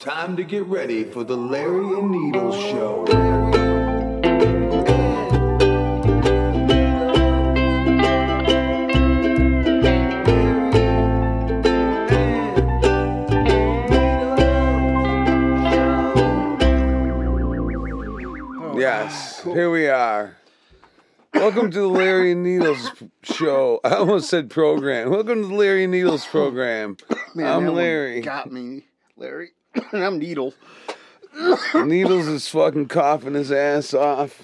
Time to get ready for the Larry and Needles show. Yes, here we are. Welcome to the Larry and Needles show. I almost said program. Welcome to the Larry and Needles program. Man, I'm that one Larry. Got me, Larry. and I'm Needle. Needles is fucking coughing his ass off.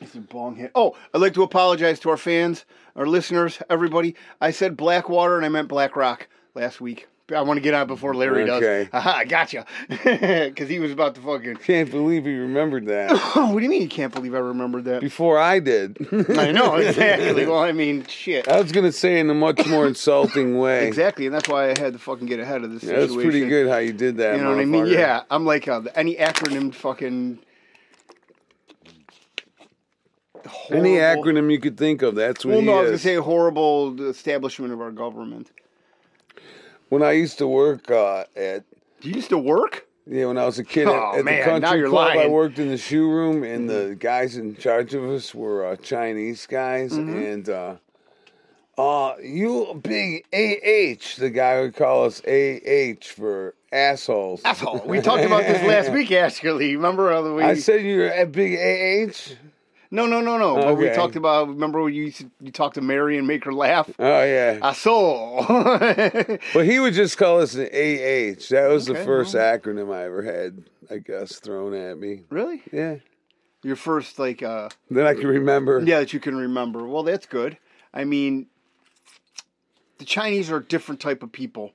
It's a bong hit. Oh, I'd like to apologize to our fans, our listeners, everybody. I said Blackwater and I meant Black Rock last week. I want to get out before Larry Okay. does. Aha, gotcha. Because he was about to fucking. Can't believe he remembered that Oh, what do you mean you can't believe I remembered that? before I did. I know, exactly. Well, I mean, shit. I was gonna say in a much more insulting way. Exactly, and that's why I had to fucking get ahead of this That's situation. pretty good how you did that. You know what I mean? motherfucker. Yeah, I'm like uh, any acronym fucking. Any horrible- acronym you could think of, that's what Well, he no, I was gonna is. say horrible establishment of our government. when I used to work uh, at You used to work? Yeah, when I was a kid Oh, at, at man, the country now you're club, I lying. Mm-hmm. worked in the shoe room, and the guys in charge of us were uh, Chinese guys. Mm-hmm. And uh, uh, you big AH, the guy would call us AH for assholes. Asshole. We talked about this last week, actually. Remember how the we? I said you're a big AH? no, no, no, no. But we Okay. talked about. Remember when you used to, you talked to Mary and make her laugh? Oh, yeah. Asshole. But he would just call us an AH. That was the Okay, first acronym I ever had, I guess, thrown at me. really? Yeah. Your first like uh Then I can remember. yeah that you can remember. Well, that's good. I mean, the Chinese are a different type of people.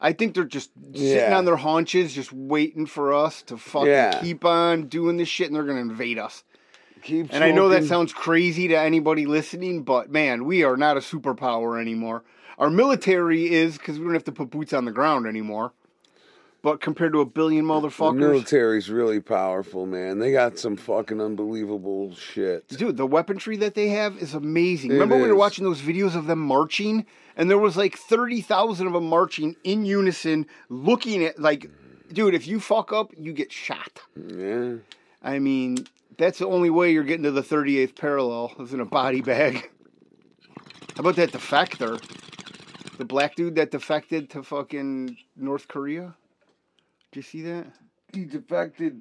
I think they're just sitting Yeah. on their haunches, just waiting for us to fucking Yeah. keep on doing this shit, and they're gonna invade us. Keep And I know that smoking. sounds crazy to anybody listening, but man, we are not a superpower anymore. Our military is because we don't have to put boots on the ground anymore. But compared to a billion motherfuckers, The military's really powerful, man. They got some fucking unbelievable shit. dude, the weaponry that they have is amazing. Remember we is. were watching those videos of them marching, and there was like thirty thousand of them marching in unison, looking at like, dude, if you fuck up, you get shot. Yeah. I mean, that's the only way you're getting to the 38th parallel is in a body bag. How about that defector? The black dude that defected to fucking North Korea? Did you see that? He defected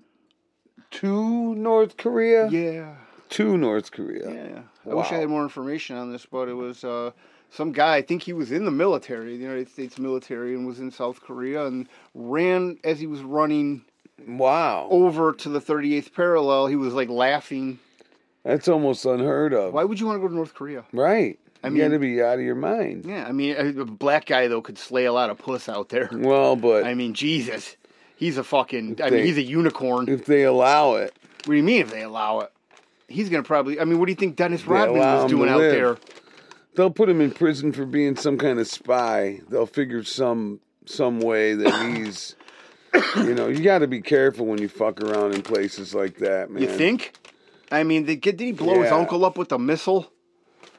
to North Korea? Yeah. To North Korea. Yeah. I wish I Wow. had more information on this, but it was uh, some guy, I think he was in the military, the United States military, and was in South Korea and ran as he was running Wow. over to the 38th parallel. He was like laughing. That's almost unheard of. Why would you want to go to North Korea? Right. I you mean- gotta be out of your mind. Yeah, I mean, a a black guy though could slay a lot of puss out there. Well, but I mean, Jesus, he's a fucking. I They- mean, he's a unicorn. What if they allow it, do you mean if they allow it? He's gonna probably. I mean, what do you think Dennis Rodman allow him was to doing out live. there? they'll put him in prison for being some kind of spy. They'll figure some some way that he's you know, you gotta be careful when you fuck around in places like that, man. You think? I mean, they, did he blow his Yeah. uncle up with a missile? It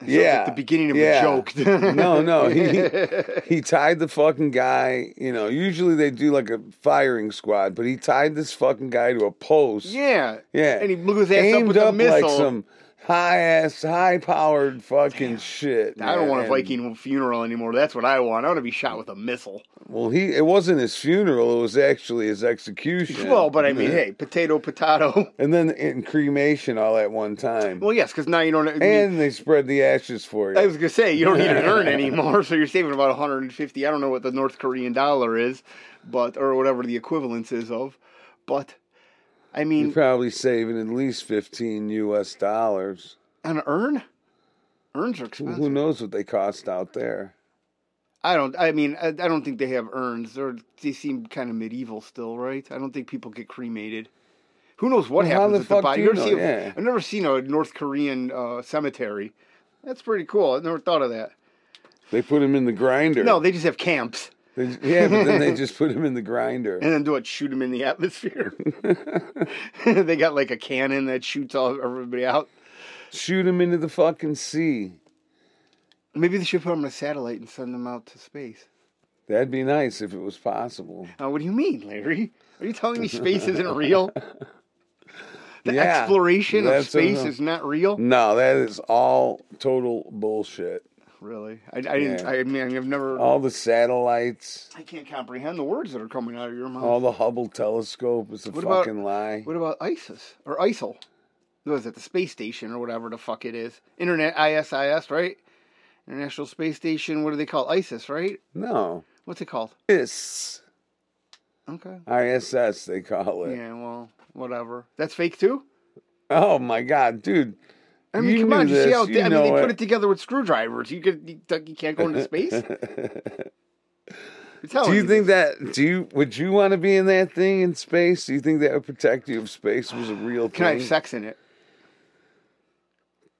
sounds like Yeah, the beginning of yeah. a joke. no, no, he he tied the fucking guy. You know, usually they do like a firing squad, but he tied this fucking guy to a post. yeah, yeah, and he blew his ass aimed up with a missile. like some high ass, high powered fucking shit. I don't man. want a And- Viking funeral anymore. That's what I want. I want to be shot with a missile. Well, he it wasn't his funeral; it was actually his execution. Well, but I mean, hey, potato, potato. and then in cremation all at one time, Well, yes, because now you don't. I mean, and they spread the ashes for you. I was gonna say you don't need an urn anymore, so you're saving about 150. I don't know what the North Korean dollar is, but or whatever the equivalence is of, but I You're mean, probably saving at least fifteen U.S. dollars. an urn. Urns are expensive. Who knows what they cost out there? I don't. I mean, I, I don't think they have urns. They're, they seem kind of medieval still, right? I don't think people get cremated. Who knows what Well, how happens the at fuck the body? do you ever know? see a- Yeah. I've never seen a North Korean uh, cemetery. That's pretty cool. I never thought of that. They put him in the grinder. No, they just have camps They- yeah, but then they just put him in the grinder. and then do it, shoot them in the atmosphere. they got like a cannon that shoots all everybody out. Shoot him into the fucking sea. Maybe they should put them on a satellite and send them out to space. That'd be nice if it was possible. Uh, what do you mean, Larry? Are you telling me space isn't real? The Yeah, exploration of that's uh, what space I'm- is not real. No, that is all total bullshit. Really, I, I didn't. Yeah. I mean, I've never. All the satellites, I can't comprehend the words that are coming out of your mouth. all the Hubble telescope is a What about- fucking lie. What about ISIS or ISIL? Was it the space station or whatever the fuck it is? Internet ISIS, right? International Space Station. What do they call ISIS, right? No. What's it called? ISS. Okay. ISS, they call it. Yeah. Well, whatever. That's fake too. Oh my God, dude. I mean, You come on. knew you see this, how you I mean they know put it. it together with screwdrivers. You could you, you can't go into space. You're telling Do you me think that, do you, would you want to be in that thing in space? Do you think that would protect you if space was a real Can I thing? have sex in it?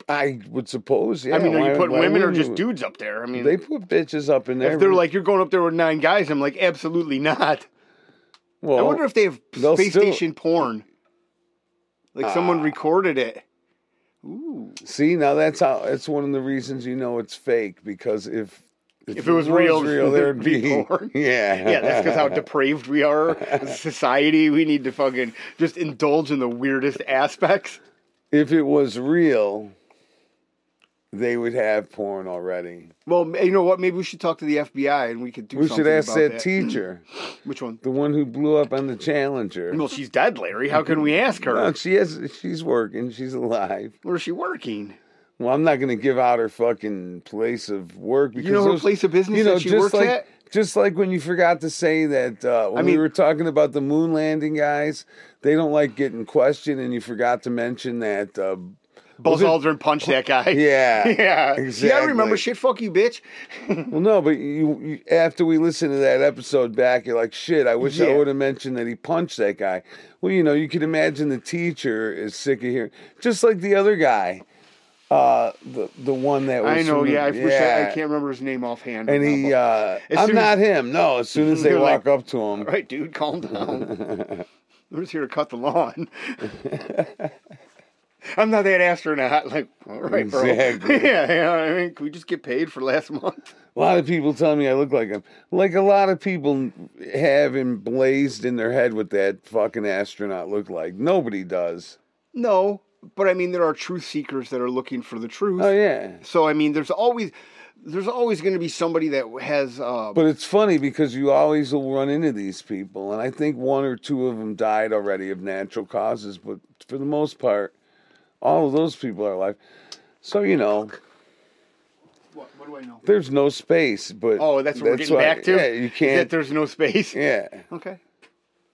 I would suppose, yeah. I mean, are why- you putting why women or wouldn't just you? dudes up there? I mean, They put bitches up in there. if they're like, you're going up there with nine guys, I'm like, absolutely not. well, I wonder if they have they'll space still- Ah. station porn. Like someone recorded it. Ooh. See, now that's how. That's one of the reasons you know it's fake because if If it was real, there'd there'd be, be porn. yeah, Yeah, that's because how depraved we are as a society. We need to fucking just indulge in the weirdest aspects. if it was real, they would have porn already. Well, ma- you know what? Maybe we should talk to the FBI and we could do We something should ask about that, that. teacher, Which one? the one who blew up on the Challenger. Well, she's dead, Larry. How can we ask her? No, she has. She's working. She's alive. Where is she working? Well, I'm not going to give out her fucking place of work because know her those- place of business that she just works like, at? Just like when you forgot to say that uh, when mean- we were talking about the moon landing guys, they don't like getting questioned, and you forgot to mention that. Uh, Buzz it- Aldrin punched that guy. yeah, Yeah. See, I remember exactly. shit. Fuck you, bitch. Well, no, but you, you after we listened to that episode back, you're like, shit. I wish Yeah. I would have mentioned that he punched that guy. Well, you know, you can imagine the teacher is sick of hearing, just like the other guy, uh, the the one that was. I know. from the- Yeah, I, wish I, I yeah. can't remember his name offhand. And right he, now, uh, As I'm soon as- not him. No, as soon as they You're like- walk up to him, but- all right, dude, calm down. I'm just here to cut the lawn. I'm not that astronaut. Like, all right, bro. Exactly. Yeah, yeah. I mean, can we just get paid for last month? a lot of people tell me I look like him. Like a lot of people have emblazed in their head what that fucking astronaut looked like. Nobody does. No, but I mean, there are truth seekers that are looking for the truth. Oh yeah. So I mean, there's always, there's always going to be somebody that has. Uh, But it's funny because you always will run into these people, and I think one or two of them died already of natural causes. But for the most part, all of those people are alive. So you know, what, what do I know? there's no space. But Oh, that's what we're getting why- back to. Yeah, you Is That can't. there's no space. Yeah. Okay.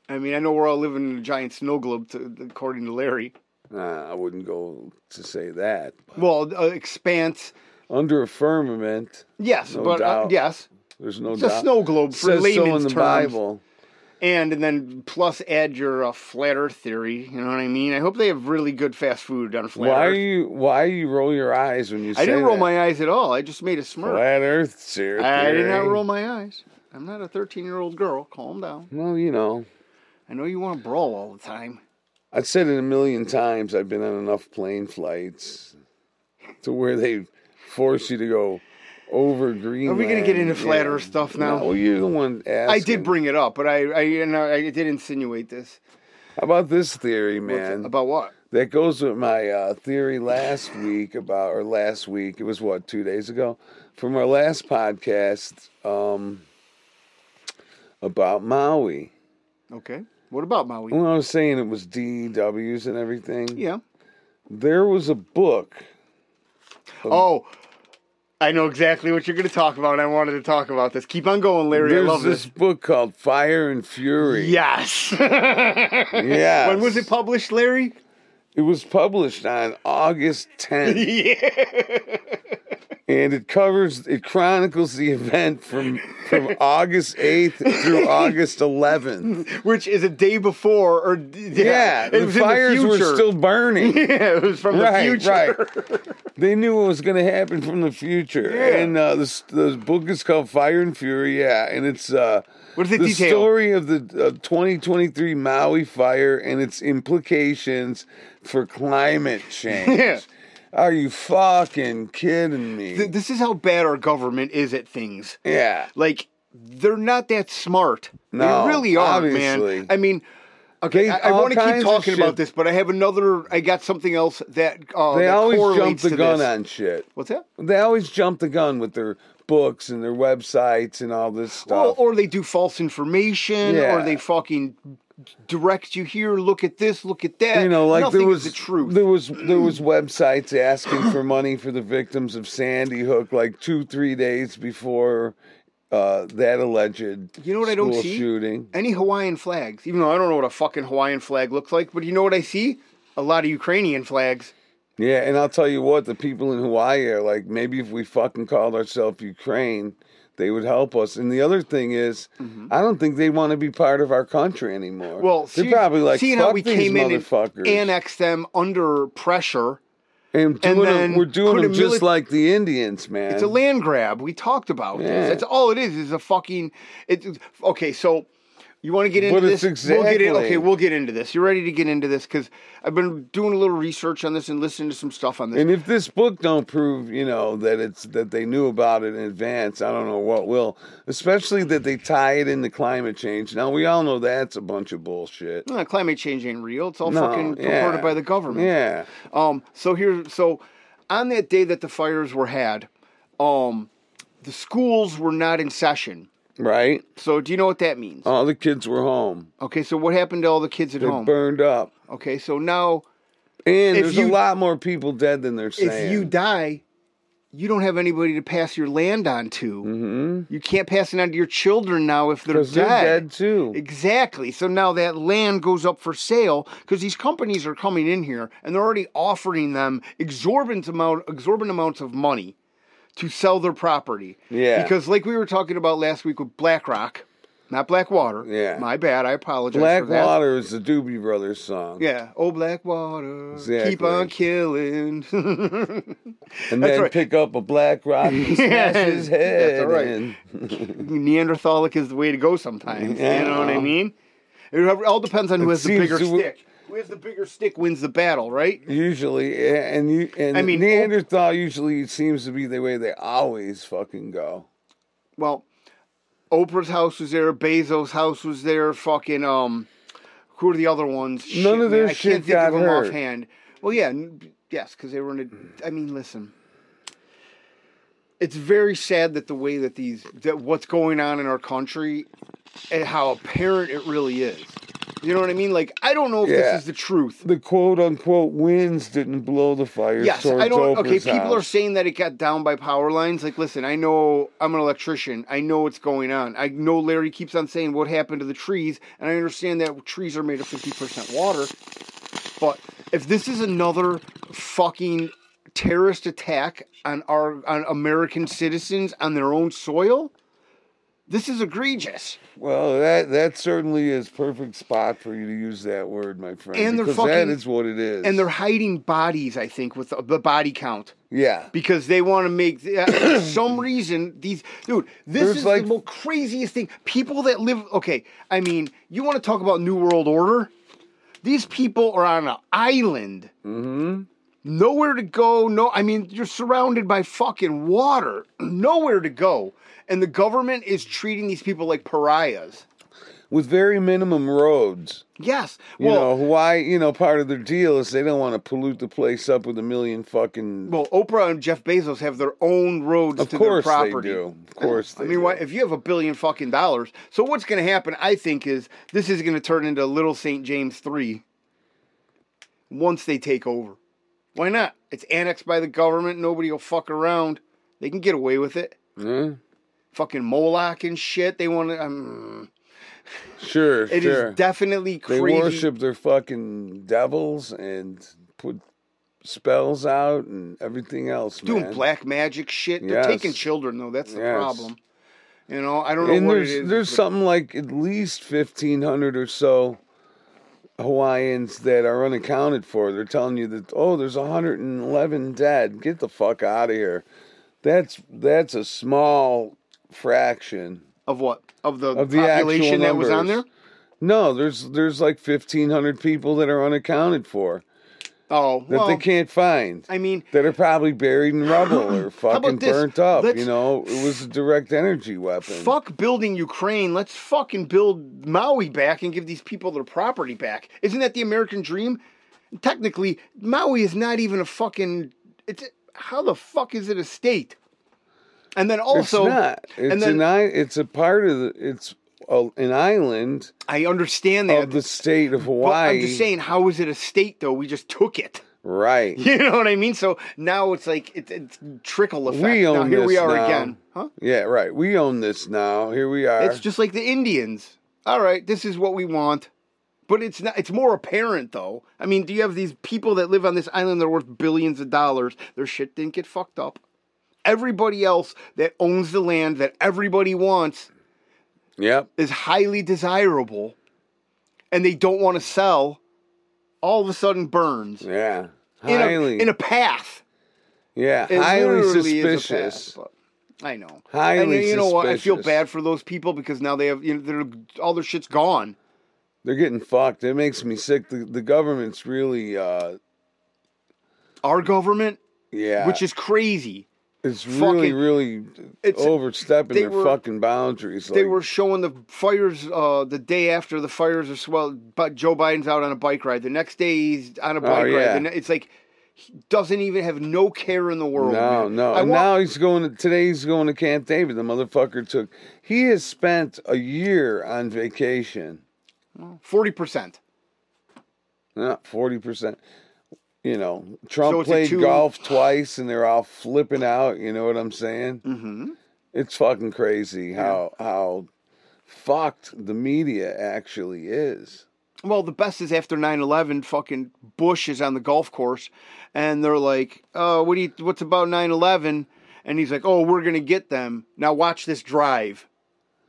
I mean, I know we're all living in a giant snow globe, to, according to Larry. Nah, I wouldn't go to say that. Well, uh, expanse. Under a firmament, Yes, No but uh, doubt. yes, there's no it's doubt. a snow globe It for says layman's so in the terms. Bible. And and then plus add your uh, flat Earth theory. You know what I mean? I hope they have really good fast food on flat Why are Earth. you? Why you roll your eyes when you? I say didn't roll that? my eyes at all. I just made a smirk. flat Earth theory. I did not roll my eyes. I'm not a 13 year old girl. Calm down. Well, you know. I know you want to brawl all the time. I've said it a million times. I've been on enough plane flights to where they force you to go over Greenland. Are we going to get into Yeah. flat Earth stuff now? No, you're the one asking. I did bring it up, but I I, and I, I did insinuate this. How about this theory, man? About what? that goes with my uh, theory last week about, or last week, it was what, two days ago? From our last podcast um, about Maui. Okay. What about Maui? When I was saying it was DWs and everything, Yeah. there was a book. Oh, I know exactly what you're going to talk about. and I wanted to talk about this. Keep on going, Larry. There's I love this this. book called Fire and Fury. Yes. Yeah. when was it published, Larry? It was published on August 10th, Yeah. and it covers, it chronicles the event from from August 8th through August 11th. Which is a day before, or yeah, Yeah, it the was fires in the were future. still burning. yeah, it was from Right, the future. right. They knew what was going to happen from the future, Yeah. and uh, this the book is called Fire and Fury. Yeah, and it's uh, What is it the detail? story of the uh, 2023 Maui fire and its implications for climate change. Yeah. Are you fucking kidding me? Th- This is how bad our government is at things. yeah. Like they're not that smart. No, they really are, obviously. man. I mean, okay, They- I, I all want to kinds keep of talking shit. about this, but I have another. I got something else that uh, They that always jump correlates the to gun this. on shit. What's that? They always jump the gun with their books and their websites and all this Well, stuff. or they do false information, Yeah. or they fucking direct you here. Look at this. Look at that. you know, like Nothing there was is the truth. There was there was websites asking for money for the victims of Sandy Hook like two three days before uh, that alleged You know what I don't school see? shooting. Any Hawaiian flags, even though I don't know what a fucking Hawaiian flag looks like, but you know what I see? A lot of Ukrainian flags. Yeah, and I'll tell you what, the people in Hawaii are like, maybe if we fucking called ourselves Ukraine, they would help us. And the other thing is, I don't think they want to be part of our country anymore. Mm-hmm. Well, they're see- probably like, seeing fuck how we these came in motherfuckers. and annexed them under pressure. and, and doing 'em- then we're doing put them a just mili- like the Indians, man. It's a land grab. We talked about Yeah. this. That's all it is. Is a fucking. It, it- okay, so you want to get into But it's this? We'll get in, exactly- okay, we'll get into this. You ready to get into this? Because I've been doing a little research on this and listening to some stuff on this. and if this book don't prove, you know, that it's that they knew about it in advance, I don't know what will. Especially that they tie it into climate change. Now we all know that's a bunch of bullshit. Uh, climate change ain't real. It's all No, fucking yeah. reported by the government. Yeah. Um, so here, so on that day that the fires were had, um, the schools were not in session. Right? So do you know what that means? All the kids were home. Okay, so what happened to all the kids at They home? burned up. Okay, so now And If there's a you- lot more people dead than they're saying. if you die, you don't have anybody to pass your land on to. Mhm. You can't pass it on to your children now if they're 'Cause they're dead too. Exactly. So now that land goes up for sale because these companies are coming in here and they're already offering them exorbitant amount exorbitant amounts of money to sell their property. Yeah. Because like we were talking about last week with BlackRock, not Blackwater. Yeah. My bad. I apologize. for that. Blackwater is the Doobie Brothers song. Yeah. Oh, Blackwater. Keep Exactly. on killing. and that's then right. pick up a black rock and smash his Yes, head. that's right. in. Neanderthalic is the way to go sometimes. You know what I Yeah. mean? It all depends on who has the seems bigger to- stick. Who has the bigger stick wins the battle, right? Usually, yeah, and you and I mean, oh- Neanderthal usually seems to be the way they always fucking go. Well, Oprah's house was there, Bezos' house was there, fucking um who are the other ones? Shit, None of their man, I shit can't think got of them hurt. offhand. Well, yeah, n- yes, cuz they were in a I mean, listen. It's very sad that the way that these that what's going on in our country and how apparent it really is. You know what I mean? Like I don't know if Yeah. this is the truth. The quote unquote winds didn't blow the fires Yes, towards I don't. Okay, Oprah's people are house. saying that it got down by power lines. Like, listen, I know I'm an electrician. I know what's going on. I know Larry keeps on saying what happened to the trees, and I understand that trees are made of 50% water. But if this is another fucking terrorist attack on our on American citizens on their own soil, this is egregious. Well, that that certainly is perfect spot for you to use that word, my friend. And they're because that fucking- is what it is. And they're hiding bodies, I think, with the- the body count. yeah. because they want to make for some reason these dude this There's is like- the most craziest thing people that live okay i mean you want to talk about new world order these people are on an island Mm-hmm. nowhere to go no i mean you're surrounded by fucking water nowhere to go and the government is treating these people like pariahs With very minimum roads. yes You well know, Hawaii, you know, part of their deal is they don't want to pollute the place up with a million fucking. well oprah and jeff bezos have their own roads of to course their they property do. Of course they I mean, do. why, if you have a billion fucking dollars, so what's going to happen? I think is this is going to turn into Little St. James three. Once they take over, why not? It's annexed by the government. Nobody will fuck around. They can get away with it. Huh? Fucking Moloch and shit. They want to. Um, Sure, it is sure. definitely they crazy. worship their fucking devils and put spells out and everything else, doing man. black magic shit. They're Yes. taking children though. That's the Yes. problem. You know, I don't know and what there's it is. there's but- something like at least fifteen hundred or so Hawaiians that are unaccounted for. They're telling you that oh, there's hundred and eleven dead. Get the fuck out of here. That's that's a small fraction of what of the of the actual population that was on there. numbers. No, there's there's like fifteen hundred people that are unaccounted for. Oh, that well, they can't find. I mean, that are probably buried in rubble or about fucking this? burnt up. Let's- you know, it was a direct energy weapon. fuck building Ukraine. Let's fucking build Maui back and give these people their property back. Isn't that the American dream? Technically, Maui is not even a fucking. It's how the fuck is it a state? And then also, it's not. It's and then an I- It's a part of the. It's a, an island I understand that. of the state of but Hawaii. I'm just saying, how is it a state though? We just took it. right? You know what I mean? So now it's like it's, it's trickle effect. We own now here we this are now. again. Huh? Yeah, right. We own this now. Here we are. It's just like the Indians. All right, this is what we want. But it's not it's more apparent though. I mean, do you have these people that live on this island that are worth billions of dollars? Their shit didn't get fucked up. Everybody else that owns the land that everybody wants yep. is highly desirable and they don't want to sell all of a sudden burns Yeah. in a, highly. in a path. yeah. It Highly literally is a suspicious. path, but I know. Highly and you know what? I feel suspicious. bad for those people because now they have you know, they're, all their shit's gone. They're getting fucked. It makes me sick. The, the government's really. uh Our government, yeah, which is crazy, it's really, fucking- really It's- overstepping they their were- fucking boundaries. they like, were showing the fires uh, the day after the fires are swelled. But Joe Biden's out on a bike ride. The next day he's on a Oh, bike yeah. ride. And it's like he doesn't even have no care in the world. No, man. no. I And want- now he's going to today. He's going to Camp David. The motherfucker took. He has spent a year on vacation. forty percent. Not forty percent. You know, Trump So it's a played two- golf twice, and they're all flipping out. You know what I'm saying? Mm-hmm. It's fucking crazy how how fucked the media actually is. Well, the best is after 9-11, fucking Bush is on the golf course, and they're like, "Oh, what do you? What's about 9-11? And he's like, "Oh, we're gonna get them." Now watch this drive,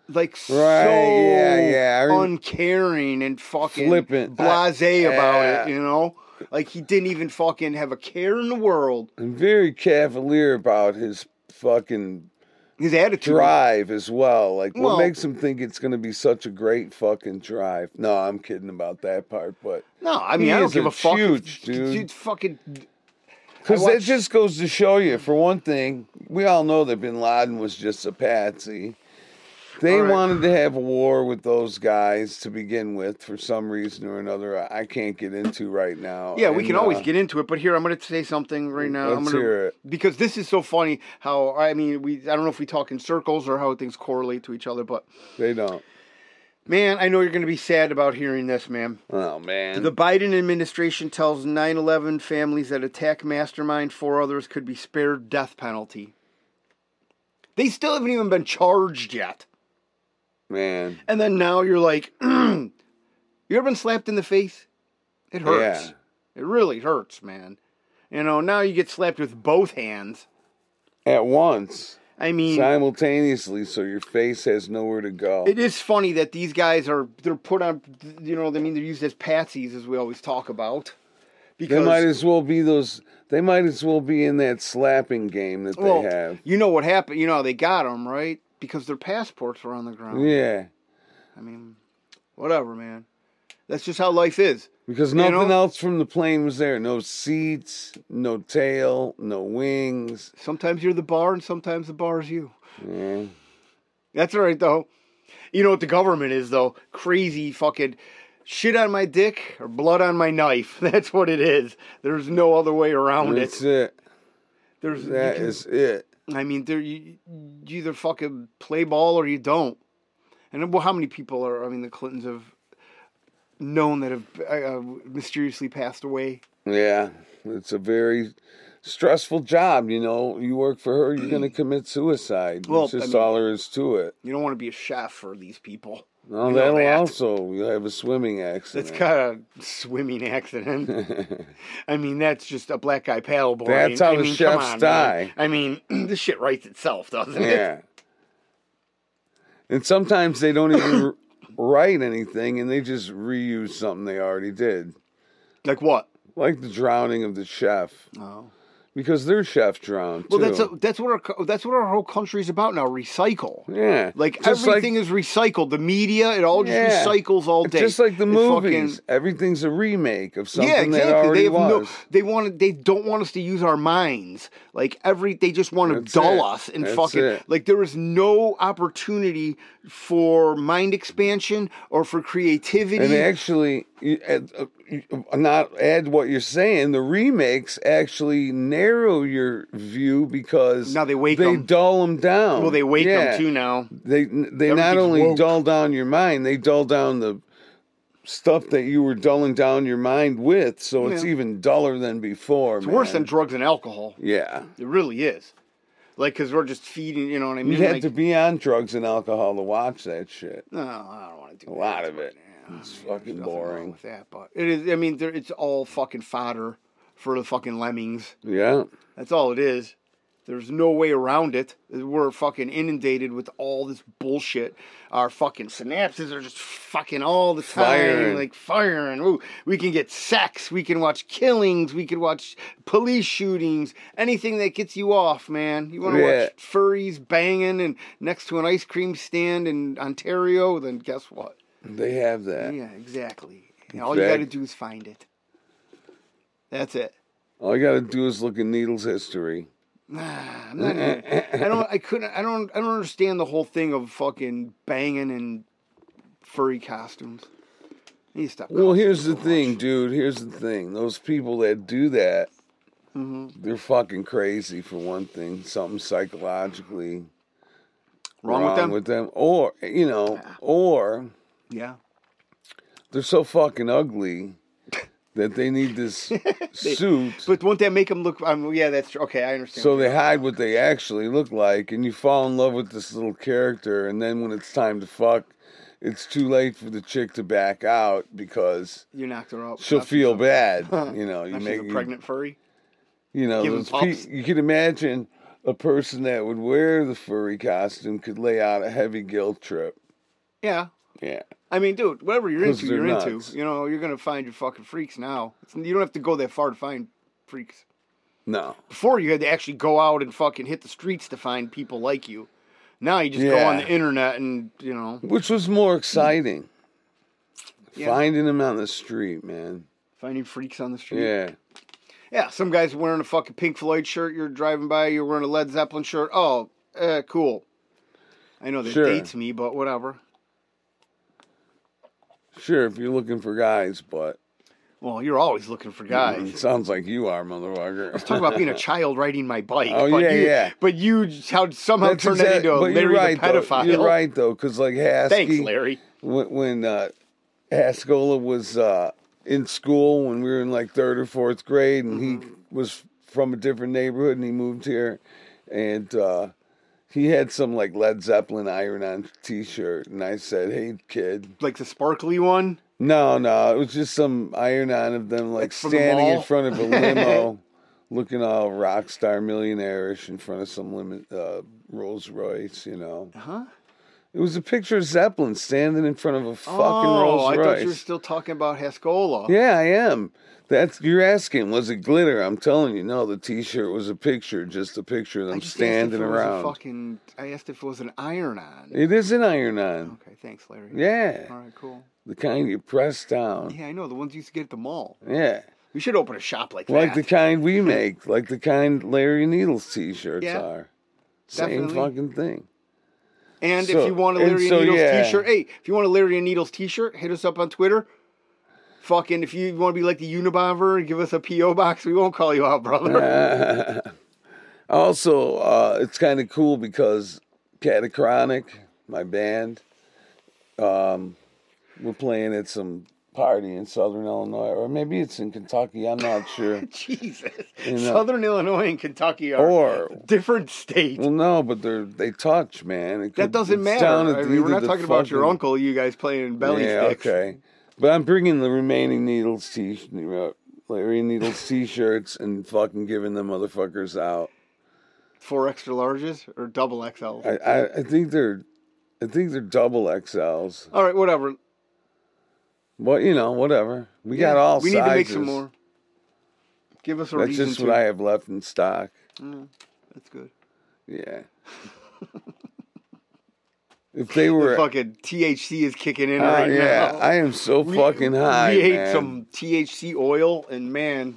like so Right, yeah, yeah, I rem- uncaring and fucking Flippant. blasé I- about yeah. it. You know, like he didn't even fucking have a care in the world. And very cavalier about his fucking His attitude. drive as well. Like, Well- what makes him think it's going to be such a great fucking drive? No, I'm kidding about that part, but No, I mean He I don't is give a a fuck. if- huge dude. fucking. because I that watched- just goes to show you, for one thing, we all know that Bin Laden was just a patsy. They All right. wanted to have a war with those guys to begin with for some reason or another. I- I can't get into right now. Yeah, we And, can always uh, get into it, but here I'm going to say something right now. I'm Let's gonna, hear it. because this is so funny. How I mean, we I don't know if we talk in circles or how things correlate to each other, but They don't. man, I know you're going to be sad about hearing this, man. Oh man. The Biden administration tells 9/11 families that attack mastermind four others could be spared death penalty. They still haven't even been charged yet, man. and then now you're like, you ever been slapped in the face? It hurts. Yeah. It really hurts, man. You know, now you get slapped with both hands. At once, I mean, simultaneously, so your face has nowhere to go. it is funny that these guys are they're put on. You know, I mean, they're used as patsies, as we always talk about. They Because might as well be those. They might as well be in that slapping game that they well, have. you know what happened. You know how they got them right because their passports were on the ground. Yeah, I mean, whatever, man. That's just how life is. because You know- nothing else from the plane was there. No seats, no tail, no wings. Sometimes you're the bar, and sometimes the bar is you. Yeah. That's all right, though. You know what the government is, though? Crazy fucking shit on my dick or blood on my knife. That's what it is. There's no other way around That's it. it. There's, you That can- is it. I mean, there you, you either fucking play ball or you don't. And well, how many people are? I mean, the Clintons have known that have uh, mysteriously passed away. Yeah, it's a very stressful job. You know, you work for her, you're going to commit suicide. Well, That's I just mean- all there is to it. You don't want to be a chef for these people. No, You know that'll that. also you'll have a swimming accident. That's got a swimming accident. I mean, that's just a black guy paddleboarding. That's how I the mean, chefs come on, man. die. I mean, this shit writes itself, doesn't it? Yeah. And sometimes they don't even write anything and they just reuse something they already did. Like what? Like the drowning of the chef. Oh. because their chef drowned. Well, too. that's a, that's what our co- that's what our whole country's about now. Recycle. yeah. Like Just everything is recycled. The media, it all just Yeah. recycles all day. Just like the It movies, fucking- everything's a remake of something yeah, exactly. that already they have no. was. They want. They don't want us to use our minds. Like every, they just want to That's dull it. us and That's fucking. it. Like there is no opportunity for mind expansion or for creativity. and actually, you, add- uh, you- uh, not add what you're saying. The remakes actually narrow your view because Now they wake they 'em. dull them down. well, they wake Yeah. them too now. They they not Everything's only woke. dull down your mind, they dull down the stuff that you were dulling down your mind with. So it's Yeah. even duller than before. It's worse than man. drugs and alcohol. yeah. It really is. Like, because we're just feeding, you know what I mean? You'd have Like, to be on drugs and alcohol to watch that shit. no, I don't want to do A that. lot of it. Yeah, It's I fucking mean, there's nothing wrong boring. With that, but it is, I mean, there, it's all fucking fodder for the fucking lemmings. Yeah. That's all it is. There's no way around it. We're fucking inundated with all this bullshit. Our fucking synapses are just fucking all the time, Firing. like firing. Ooh, we can get sex. We can watch killings. We can watch police shootings. Anything that gets you off, man. You want to Yeah. watch furries banging and next to an ice cream stand in Ontario? Then guess what? They have that. Yeah, exactly. And all you got Exact- to do is find it. That's it. All you gotta do is look at Needle's history. I'm not even- I don't. I couldn't. I don't. I don't understand the whole thing of fucking banging and furry costumes. I need to stop. Well, cussing here's so the thing, much. dude. Here's the thing. Those people that do that, Mm-hmm. they're fucking crazy for one thing. Something psychologically Wrong, with them. Or you know, or yeah. they're so fucking ugly that they need this suit. But won't that make them look? Um, yeah, that's true. Okay, I understand. so they hide what they actually look like, and you fall in love with this little character, and then when it's time to fuck, it's too late for the chick to back out because you knocked her up. she'll That's- feel bad. You know, you that's make a pregnant furry. You know, Give 'em those pe- pups. you can imagine a person that would wear the furry costume could lay out a heavy guilt trip. Yeah. Yeah, I mean, dude, whatever you're 'Cause into, they're you're nuts. into. You know, you're gonna find your fucking freaks now. It's, you don't have to go that far to find freaks. no, Before you had to actually go out and fucking hit the streets to find people like you. Now you just go on Yeah. the internet and you know. which was more exciting. Yeah. Finding him on the street, man. Finding freaks on the street. Yeah. Yeah, some guy's wearing a fucking Pink Floyd shirt. You're driving by. You're wearing a Led Zeppelin shirt. Oh, eh, cool. I know that Sure. dates me, but whatever. Sure, if you're looking for guys, but Well, you're always looking for guys. it sounds like you are, motherfucker. Talk about being a child riding my bike. Oh, but yeah, you, yeah. But you how somehow That's turned that exact- into a but Larry right, the pedophile. Though. You're right though, because like Haskell, Thanks, Larry. when, when uh, Haskola was uh, in school when we were in like third or fourth grade, and he Mm-hmm. was from a different neighborhood and he moved here, and uh, he had some like Led Zeppelin iron-on T-shirt, and I said, "Hey, kid." Like the sparkly one. No, no, it was just some iron on of them like, Like from the standing in mall? front of a limo, looking all rock star millionaire-ish in front of some limit uh, Rolls Royce, you know. Huh? It was a picture of Zeppelin standing in front of a fucking oh, Rolls I Royce. thought you were still talking about Haskola. Yeah, I am. That's you're asking. Was it glitter? I'm telling you, no. The T-shirt was a picture, just a picture of I them just asked if standing it was a around. fucking. I asked if it was an iron on. It is an iron on. Okay, thanks, Larry. All Yeah, right, cool. the kind you press down. Yeah, I know the ones you used to get at the mall. Yeah. We should open a shop like Like the that. kind we make, like the kind Larry Needles T-shirts Yeah, are. Same definitely. fucking thing. and so- if you want a and Larry and so, Needles yeah. T-shirt, hey, if you want a Larry and Needles T-shirt, hit us up on Twitter. Fucking, if you want to be like the Unabomber and give us a PO box, we won't call you out, brother. Also, uh, it's kind of cool because Catachronic, my band, um, we're playing at some party in Southern Illinois, or maybe it's in Kentucky. I'm not sure. Jesus, know. Southern Illinois and Kentucky are or different states. well, no, but they are they touch, man. It that could- doesn't it's matter. down at I the- mean, we're either not the talking about your fucking- uncle. You guys playing belly yeah, sticks. okay. But I'm bringing the remaining Needles t Larry Needles t-shirts and fucking giving them motherfuckers out. Four extra larges or double XLs. I, I, I think they're I think they're double XLs. All right, whatever. But you know, whatever. We Yeah, got all We need to make some sizes. more. Give us a That's reason just to. what I have left in stock. That's good. Yeah. if they were, Fucking THC is kicking in Oh, right yeah, now. I am so fucking high. We ate man. some THC oil, and man,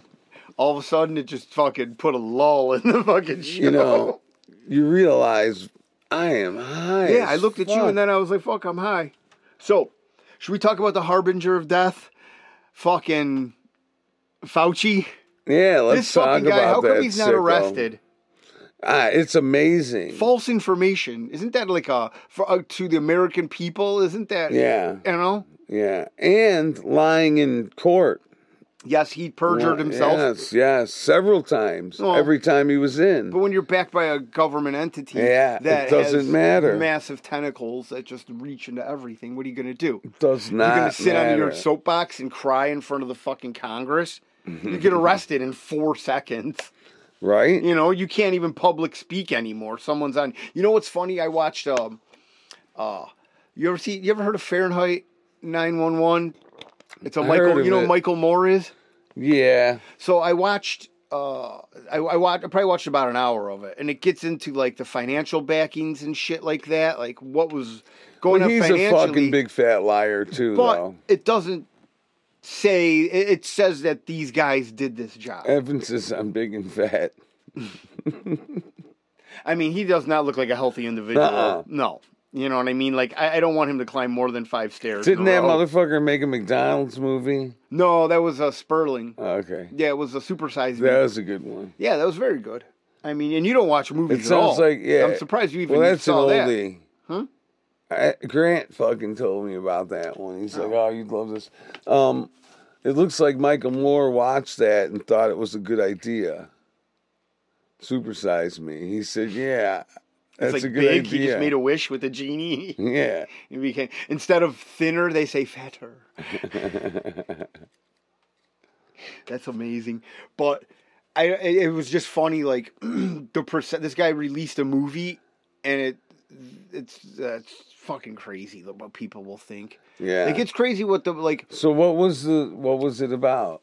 all of a sudden it just fucking put a lull in the fucking show. You know, you realize I am high. yeah, I as looked at you, fuck. and then I was like, "Fuck, I'm high." So, should we talk about the harbinger of death? Fucking Fauci. yeah, let's this talk fucking guy. about How that. come he's not sicko. arrested? Ah, it's amazing. False information. Isn't that like a for uh, to the American people? Isn't that Yeah. You know. Yeah, and lying in court. Yes, he perjured himself. Yes, yes, several times. Well, every time he was in. But when you're backed by a government entity, Yeah, it that doesn't has matter. Massive tentacles that just reach into everything. What are you gonna do? Does not You're gonna sit matter. on your soapbox and cry in front of the fucking Congress. You get arrested in four seconds. right? You know, you can't even public speak anymore. Someone's on. You know what's funny? I watched. Um, uh, you ever see? You ever heard of Fahrenheit 911? It's a I Michael. heard of you know it. who Michael Moore is. Yeah, So I watched. Uh, I, I watched. I probably watched about an hour of it, and it gets into like the financial backings and shit like that. Like what was going he's on a financially. fucking big fat liar too, but though. it doesn't say. It, it says that these guys did this job. Eh. Emphasis on big and fat. I mean, he does not look like a healthy individual. Nuh-uh. No. You know what I mean? Like, I, I don't want him to climb more than five stairs. in Didn't a that row. motherfucker make a McDonald's movie? No, that was uh, Sperling. Okay, Yeah, it was a supersized. that me. was a good one. Yeah, that was very good. I mean, and you don't watch movies It at all. sounds like yeah. I'm surprised you even well, that's an saw that. oldie. Huh? I, Grant fucking told me about that one. He's like, "Oh, you'd love this." Um, it looks like Michael Moore watched that and thought it was a good idea. Supersize me. He said, "Yeah, that's It's like a good big. idea." He just made a wish with a genie. yeah, He became, instead of thinner, they say fatter. That's amazing. But I, it it was just funny. Like the percent, this guy released a movie, and it, it's uh, it's fucking crazy like, what people will think. yeah. Like it's crazy what the like so what was the what was it about?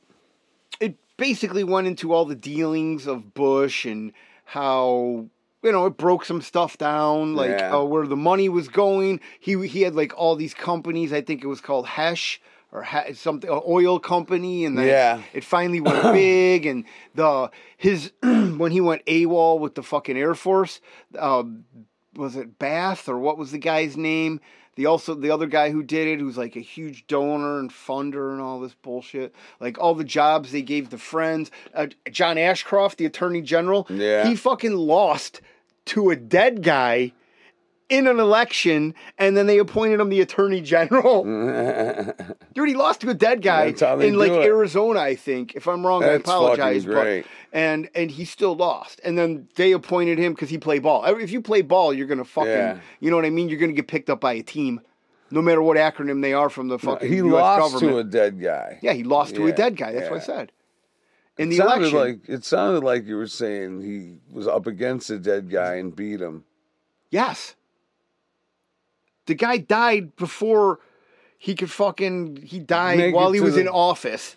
it basically went into all the dealings of Bush and how you know it broke some stuff down, like Yeah. uh, where the money was going. He he had like all these companies. I think it was called Hesh or ha- something, an oil company, and then Yeah. it finally went big. And the his when he went AWOL with the fucking Air Force, um, was it Bath or what was the guy's name? The also the other guy who did it, who's like a huge donor and funder and all this bullshit. Like all the jobs they gave the friends. Uh, John Ashcroft, the Attorney General, Yeah. he fucking lost to a dead guy in an election, and then they appointed him the Attorney General. Dude, he lost to a dead guy That's how they in like do it. Arizona, I think. If I'm wrong, I That's apologize. fucking But great. and and he still lost. And then they appointed him because he played ball. If you play ball, you're gonna fucking, Yeah. you know what I mean. You're gonna get picked up by a team, no matter what acronym they are from the fucking He US lost government. to a dead guy. yeah, he lost to a Yeah, dead guy. That's what I yeah. said. It In the sounded election, like it sounded like you were saying he was up against a dead guy and beat him. yes, the guy died before he could fucking. He died Make while it he to was the- in office.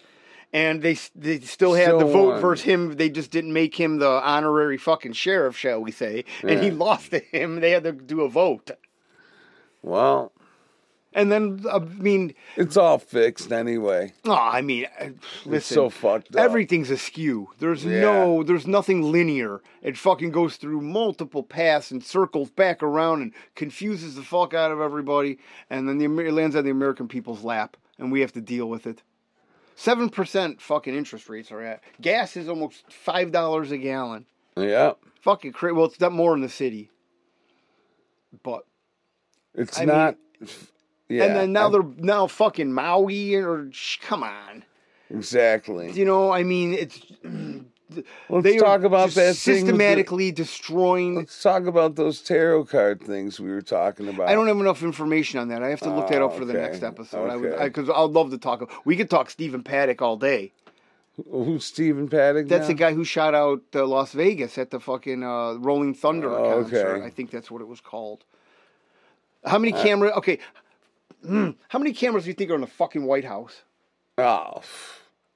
And they s- they still had the Still vote won. versus him. They just didn't make him the honorary fucking sheriff, shall we say? And he Yeah. lost to him. They had to do a vote. Well, And then uh, I mean, it's all fixed anyway. oh, I mean, uh, listen, so fucked up. Everything's askew. There's Yeah. no, there's nothing linear. It fucking goes through multiple paths and circles back around and confuses the fuck out of everybody. And then the Amer- it lands on the American people's lap, and we have to deal with it. Seven percent fucking interest rates are at. Gas is almost five dollars a gallon. Yeah, Fucking crazy. Well, it's not more in the city, but it's I mean- not. yeah, and then now I- they're now fucking Maui or sh- come on. exactly. You know, I mean, it's let's they talk are about just that thing with the- systematically destroying. let's talk about those tarot card things we were talking about. I don't have enough information on that. I have to look that up Oh, for the okay. next episode. I would Okay. because I'd love to talk. We could talk Stephen Paddock all day. Who's Stephen Paddock? That's now? the guy who shot out uh, Las Vegas at the fucking uh, Rolling Thunder Oh, concert. okay. I think that's what it was called. How Uh, many camera? Hmm. Okay, Mm, how many cameras do you think are in the fucking White House? Oh, pff,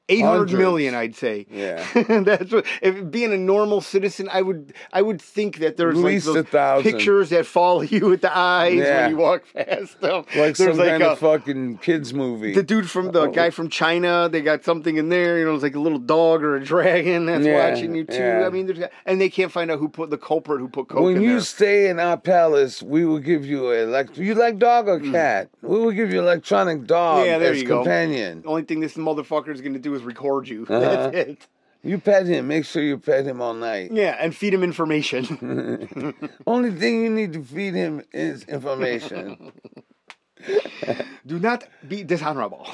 Eight hundred Hundreds. million, I'd say. Yeah. that's what. If being a normal citizen, I would, I would think that there's At like least those a thousand. pictures that follow you with the eyes Yeah. when you walk past them. Like there's some kind a, of fucking Oh. kids movie. the dude from the guy from China, they got something in there. You know, it's like a little dog or a dragon that's Yeah, watching you too. yeah. I mean, there's, and they can't find out who put the culprit who put coke when in you there. stay in our palace, we will give you a elect. You like dog or cat? We will give you electronic dog Hmm. Yeah, there as you go. companion. the only thing this motherfucker is going to do is record you. Uh-huh. That's it. You pet him. Make sure you pet him all night. Yeah, and feed him information. Only thing you need to feed him is information. do not be dishonorable.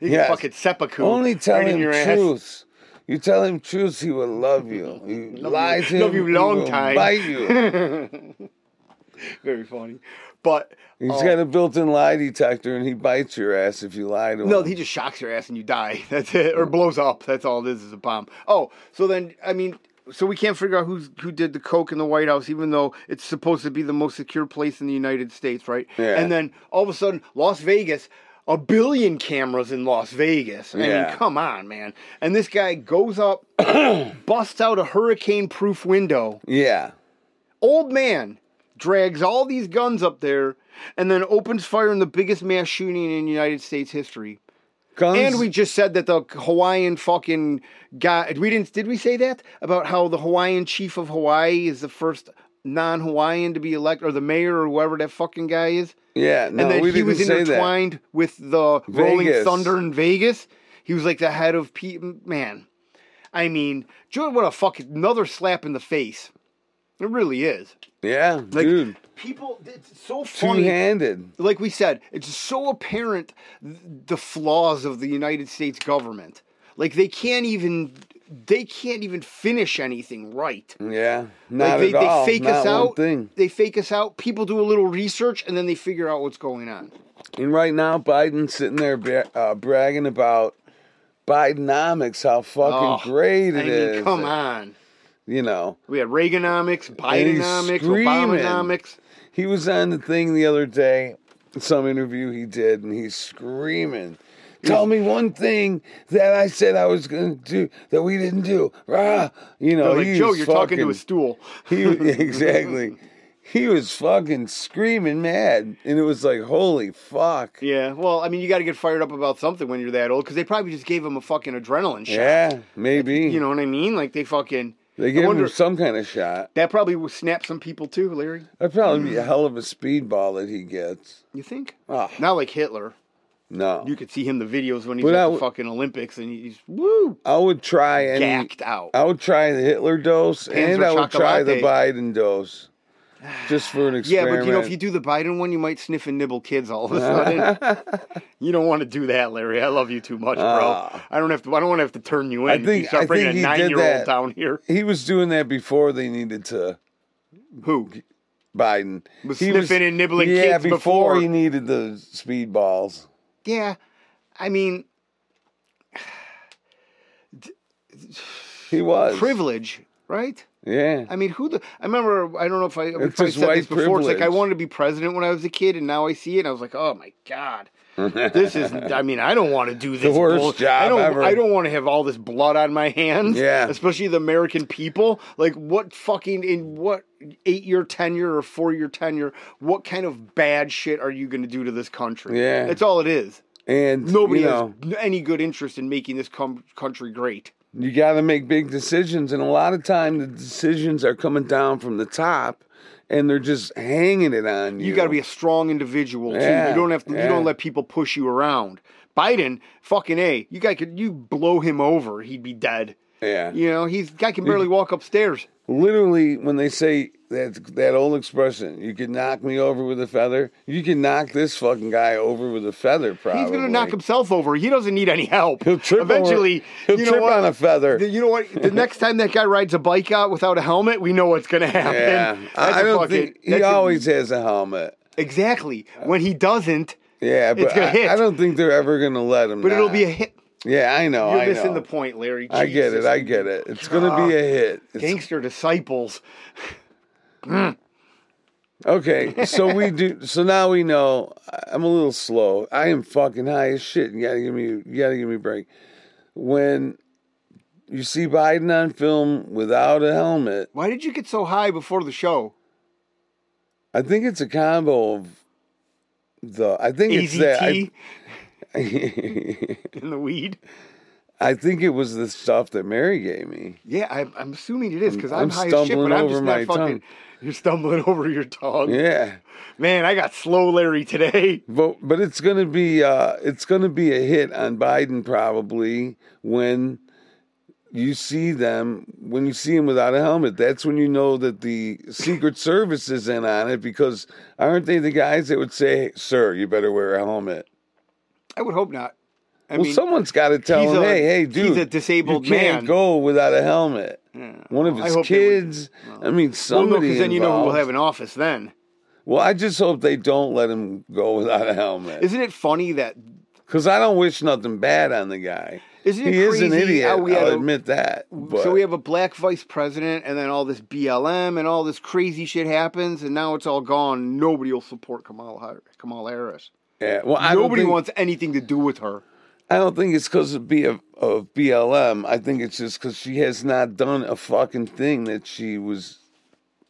You Yes. can fucking seppuku. Only tell right in him your ass. truth. You tell him truth, he will love you. You lie to him, love you he long will time. bite you. Very funny. But He's uh, got a built-in lie detector, and he bites your ass if you lie to him. No, he just shocks your ass and you die. That's it, or blows up. That's all it is. Is a bomb. Oh, so then I mean, so we can't figure out who's who did the coke in the White House, even though it's supposed to be the most secure place in the United States, right? Yeah. And then all of a sudden, Las Vegas. A billion cameras in Las Vegas. I Yeah. mean, come on, man. And this guy goes up, busts out a hurricane proof window. yeah, Old man drags all these guns up there and then opens fire in the biggest mass shooting in United States history. guns. And we just said that the Hawaiian fucking guy. We didn't. Did we say that about how the Hawaiian chief of Hawaii is the first non-Hawaiian to be elected, or the mayor, or whoever that fucking guy is? yeah, no, and that we he didn't was say that. intertwined with the Rolling Vegas. Thunder in Vegas. He was like the head of P. Man, I mean, Jordan, what a fucking another slap in the face. It really is. Yeah, dude, People, it's so funny two-handed. like we said, it's so apparent th- the flaws of the United States government. Like they can't even they can't even finish anything right. Yeah, not like they, at all. they fake not us one out. thing. They fake us out. People do a little research and then they figure out what's going on. And right now, Biden's sitting there bra- uh, bragging about Bidenomics, how fucking Oh, great it I is. mean, come on. You know, We had Reaganomics, he's Bidenomics, screaming. Obamonomics. he was on the thing the other day, some interview he did, and he's screaming. Tell me one thing that I said I was going to do that we didn't do. Rah! You know, They're like, he Joe, was you're talking to a Oh, fucking- stool. he exactly. He was fucking screaming mad, and it was like, holy fuck. Yeah, well, I mean, you got to get fired up about something when you're that old because they probably just gave him a fucking adrenaline shot. Yeah, maybe. You know what I mean? Like they fucking. they gave I wonder, him some kind of shot. That probably will snap some people too, Larry. That'd probably be a hell of a speedball that he gets. You think? Oh, Not like Hitler. no. You could see him in the videos when he's But at I the w- fucking Olympics and he's woo I would try any. gacked out. I would try the Hitler dose and Panzer I would try the Chocolate. Biden dose. Just for an Yeah, experiment. but you know, if you do the Biden one, you might sniff and nibble kids all of a sudden. you don't want to do that, Larry. I love you too much, bro. Ah. I don't have to. I don't want to have to turn you in. I if think- you start I bringing think he a did nine-year-old that. down here. He was doing that before they needed to Who? Biden. Was he sniffing and nibbling yeah, kids before. before. he needed the speedballs. Yeah, I mean, He was. privilege, right? Yeah. I mean, who the? I remember. I don't know if I. It's It's I just said this white before. It's like I privilege. wanted to be president when I was a kid, and now I see it. and I was like, oh my god, this is. I mean, I don't want to do this. worst job I don't, ever. I don't want to have all this blood on my hands. Yeah. especially the American people. Like, what fucking in what eight year tenure or four year tenure? What kind of bad shit are you going to do to this country? Yeah. that's all it is. and Nobody you know, has any good interest in making this com- country great. you got to make big decisions and a lot of time the decisions are coming down from the top and they're just hanging it on you. You got to be a strong individual too. Yeah, You don't have to. You yeah. don't let people push you around. Biden, fucking a. You guy could you blow him over, he'd be dead. Yeah. You know, he's guy can barely walk upstairs. Literally, when they say that that old expression, you can knock me over with a feather. You can knock this fucking guy over with a feather. Probably He's gonna knock himself over. He doesn't need any help. He'll trip. over- Eventually, he'll you know trip what? on a feather. The- you know what? The next time that guy rides a bike out without a helmet, we know what's gonna happen. yeah, That's I a I don't fucking- think he that's a- always has a helmet. exactly when he doesn't. Yeah, but gonna I, hit. I don't think they're ever gonna let him. But it'll knock. be a hit. yeah. I know. You're I missing know. the point, Larry. I get Jesus. it. I get it. It's gonna be a hit. It's- Gangster disciples. okay, so we do. So now we know. I- I'm a little slow. I am fucking high as shit. You gotta give me. You gotta give me a break. when you see Biden on film without a helmet. Why did you get so high before the show? I think it's a combo of the. I think it's that. I, AZT and the weed. I think it was the stuff that Mary gave me. Yeah, I'm, I'm assuming it is because I'm, I'm high as shit, but stumbling I'm just over not my fucking. tongue. You're stumbling over your tongue. Yeah, Man, I got slow Larry today. but but it's gonna be uh, it's gonna be a hit on Biden probably when you see them when you see him without a helmet. That's when you know that the Secret Service is in on it because aren't they the guys that would say, "Sir, you better wear a helmet." I would hope not. I well, someone mean, someone's got to tell he's him, a- "Hey, hey, he's dude, a disabled you can't man." go without a helmet." One of I his hope they would- kids. I mean, well, no, somebody. because then you know who will involved. have an office then. Well, I just hope they don't let him go without a helmet. Isn't it funny that? Because I don't wish nothing bad on the guy. Isn't it He is crazy an idiot. how we had I'll a- admit that. But So we have a black vice president, and then all this BLM and all this crazy shit happens, and now it's all gone. Nobody will support Kamala Har- Kamala Harris. yeah, well, I don't Nobody think, wants anything to do with her. I don't think it's because of, B- of BLM. I think it's just because she has not done a fucking thing that she was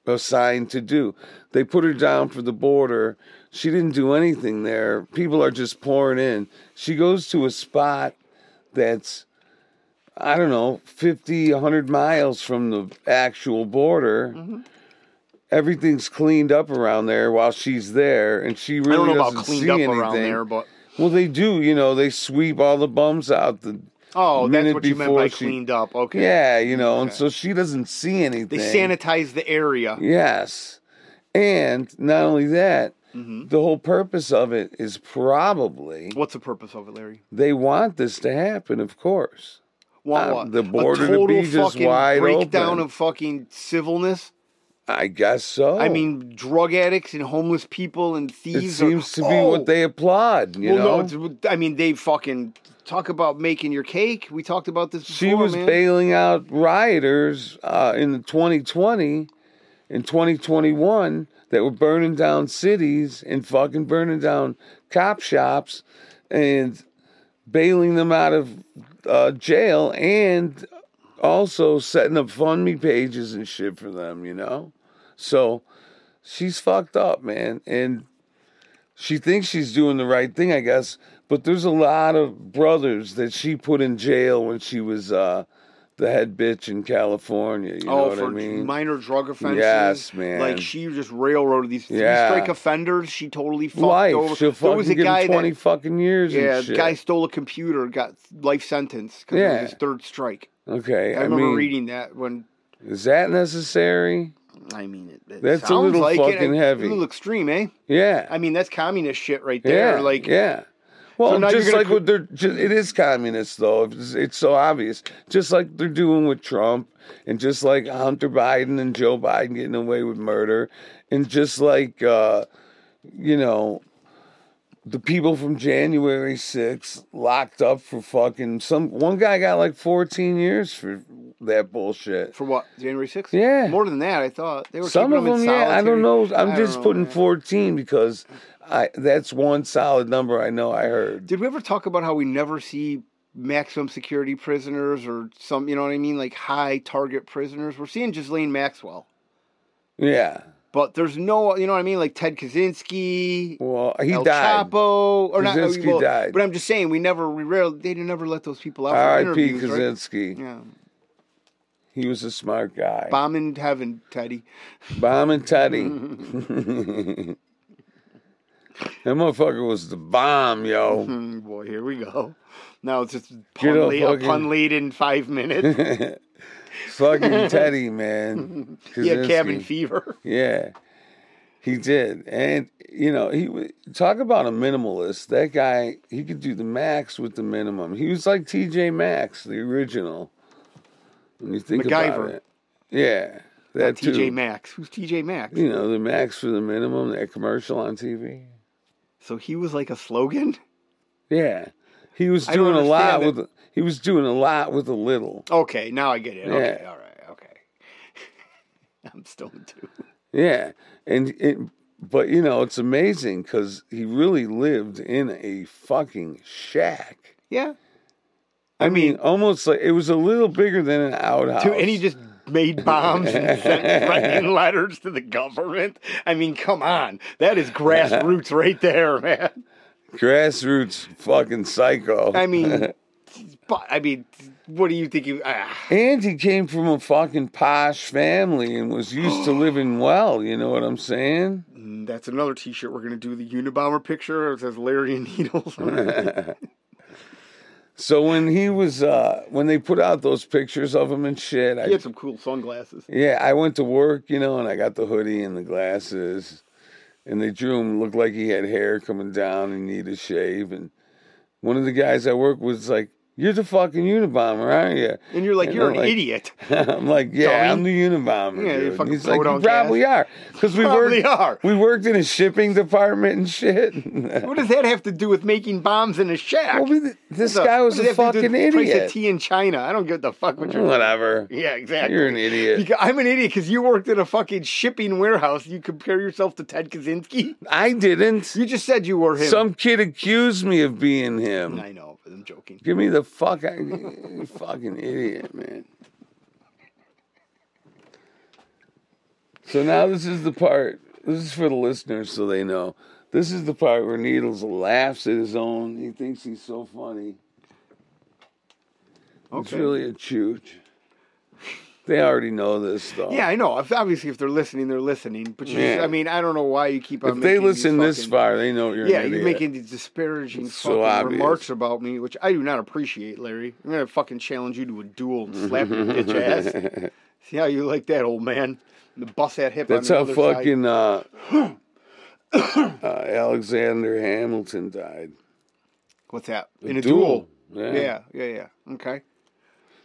assigned to do. They put her down for the border. She didn't do anything there. People are just pouring in. She goes to a spot that's, I don't know, 50, 100 miles from the actual border. Everything's cleaned up around there while she's there, and she I really don't know about doesn't cleaned see up anything. around there, but Well, they do. You know, they sweep all the bums out. The oh, that's minute what you meant by before she- cleaned up. Okay, yeah, you know, and so she doesn't see anything. they sanitize the area. Yes, and not only that, Mm-hmm. the whole purpose of it is probably What's the purpose of it, Larry? they want this to happen. Of course, Want Uh, what? the border a to total be just fucking wide breakdown open. of fucking civilness. I guess so. I mean, drug addicts and homeless people and it thieves. are- seems to be Oh! what they applaud. You well, know, no, it's, I mean they fucking talk about making your cake. We talked about this. Before, she was man. bailing out rioters uh, in the 2020 in 2021 that were burning down cities and fucking burning down cop shops and bailing them out of uh, jail and also setting up fund me pages and shit for them you know so she's fucked up man and she thinks she's doing the right thing, I guess. But there's a lot of brothers that she put in jail when she was uh, the head bitch in California. You know Oh, what for I mean? minor drug offenses. Yes, man. Like she just railroaded these three Yeah. strike offenders. She totally fucked Life. over. She'll there was fucking give a guy him twenty that fucking years. and yeah, shit. guy stole a computer, got life sentence because it Yeah. was his third strike. Okay, I, I, remember mean, reading that when is that necessary? I mean it. it That's a sounds little like fucking it, heavy. A little extreme, eh? Yeah, I mean that's communist shit right yeah, there. like yeah. Well, now you're just gonna like cr- what they're, just, it is communist though. It's, it's so obvious. Just like they're doing with Trump, and just like Hunter Biden and Joe Biden getting away with murder, and just like uh, you know, the people from January 6th locked up for fucking some. One guy got like 14 years for that bullshit. for what January sixth? Yeah. more than that. I thought they were Some keeping of them them, in yeah. I solitary. don't know. I'm I don't just know, putting man. 14 because I that's one solid number I know I heard. Did we ever talk about how we never see maximum security prisoners or some, you know what I mean, like high target prisoners? We're seeing Ghislaine Maxwell, Yeah. but there's no, you know what I mean, like Ted Kaczynski, Well, he El died. Chapo, or not? Kaczynski well, died. But I'm just saying, we never, we rarely, they never let those people out for R.I.P. interviews, right? Kaczynski. Yeah, He was a smart guy. bomb in heaven, Teddy. Bomb and Teddy. that motherfucker was the bomb, yo. Hmm, boy, here we go. Now it's just Oh. Get pun a lead, a fucking- pun lead in five minutes. fucking Teddy, man. yeah, cabin Kaczynski. fever. Yeah, he did, and you know he wa- talk about a minimalist. That guy, he could do the max with the minimum. He was like T.J. Maxx, the original. When you think MacGyver. about it, yeah, that too. TJ Maxx. Who's TJ Maxx? You know the max for the minimum. That commercial on TV. So he was like a slogan? Yeah, he was I don't doing a lot understand with. He was doing a lot with a little. Okay, now I get it. Okay, Yeah. all right, okay. I'm still too. Yeah, and it, but you know it's amazing because he really lived in a fucking shack. Yeah. I mean, almost like it was a little bigger than an outhouse. Dude, and he just made bombs and sent threatening letters to the government. I mean, come on. That is grassroots right there, man. grassroots fucking psycho. I mean, but, I mean, what do you think? You, ah. and he came from a fucking posh family and was used to living well. You know what I'm saying? That's another T-shirt we're gonna do. The Unabomber picture. It says Larry and Needles. on it. So when he was, uh, when they put out those pictures of him and shit, I he had some cool sunglasses. Yeah, I went to work, you know, and I got the hoodie and the glasses, and they drew him looked like he had hair coming down and needed a shave. And one of the guys I work with was like, "You're the fucking Unabomber, aren't you?" And you're like, And you're I'm an like- idiot. I'm like, "Yeah, Dummy. I'm the Unabomber." Yeah, you dude." And fucking he's like, "You podunk probably are, because we Probably worked, are. we worked in a shipping department and shit." What does that have to do with making bombs in a shack? well, we, this What guy the- was what a does that have to do fucking with the Price of idiot. tea in China. I don't give the fuck what you're. Whatever, Yeah, exactly. you're an idiot. Because I'm an idiot because you worked in a fucking shipping warehouse. You compare yourself to Ted Kaczynski? I didn't. You just said you were him. Some kid accused me of being him. I know, but I'm joking. Give me the fuck out, you fucking idiot, man. So now this is the part. This is for the listeners, so they know. This is the part where Needles laughs at his own. He thinks he's so funny. It's Okay. really a chooch. They already know this, though. yeah, I know. If, obviously, if they're listening, they're listening. But you just, Yeah. I mean, I don't know why you keep on. If they making these listen this fucking- far, they know you're yeah, an idiot. you're making these disparaging It's so fucking obvious. remarks about me, which I do not appreciate, Larry. I'm gonna fucking challenge you to a duel and slap your bitch ass. See how you like that, old man? And bust that hip. That's on the how other fucking uh, uh, Alexander Hamilton died. Side. What's that? In a duel. duel. Yeah, yeah, yeah. Okay.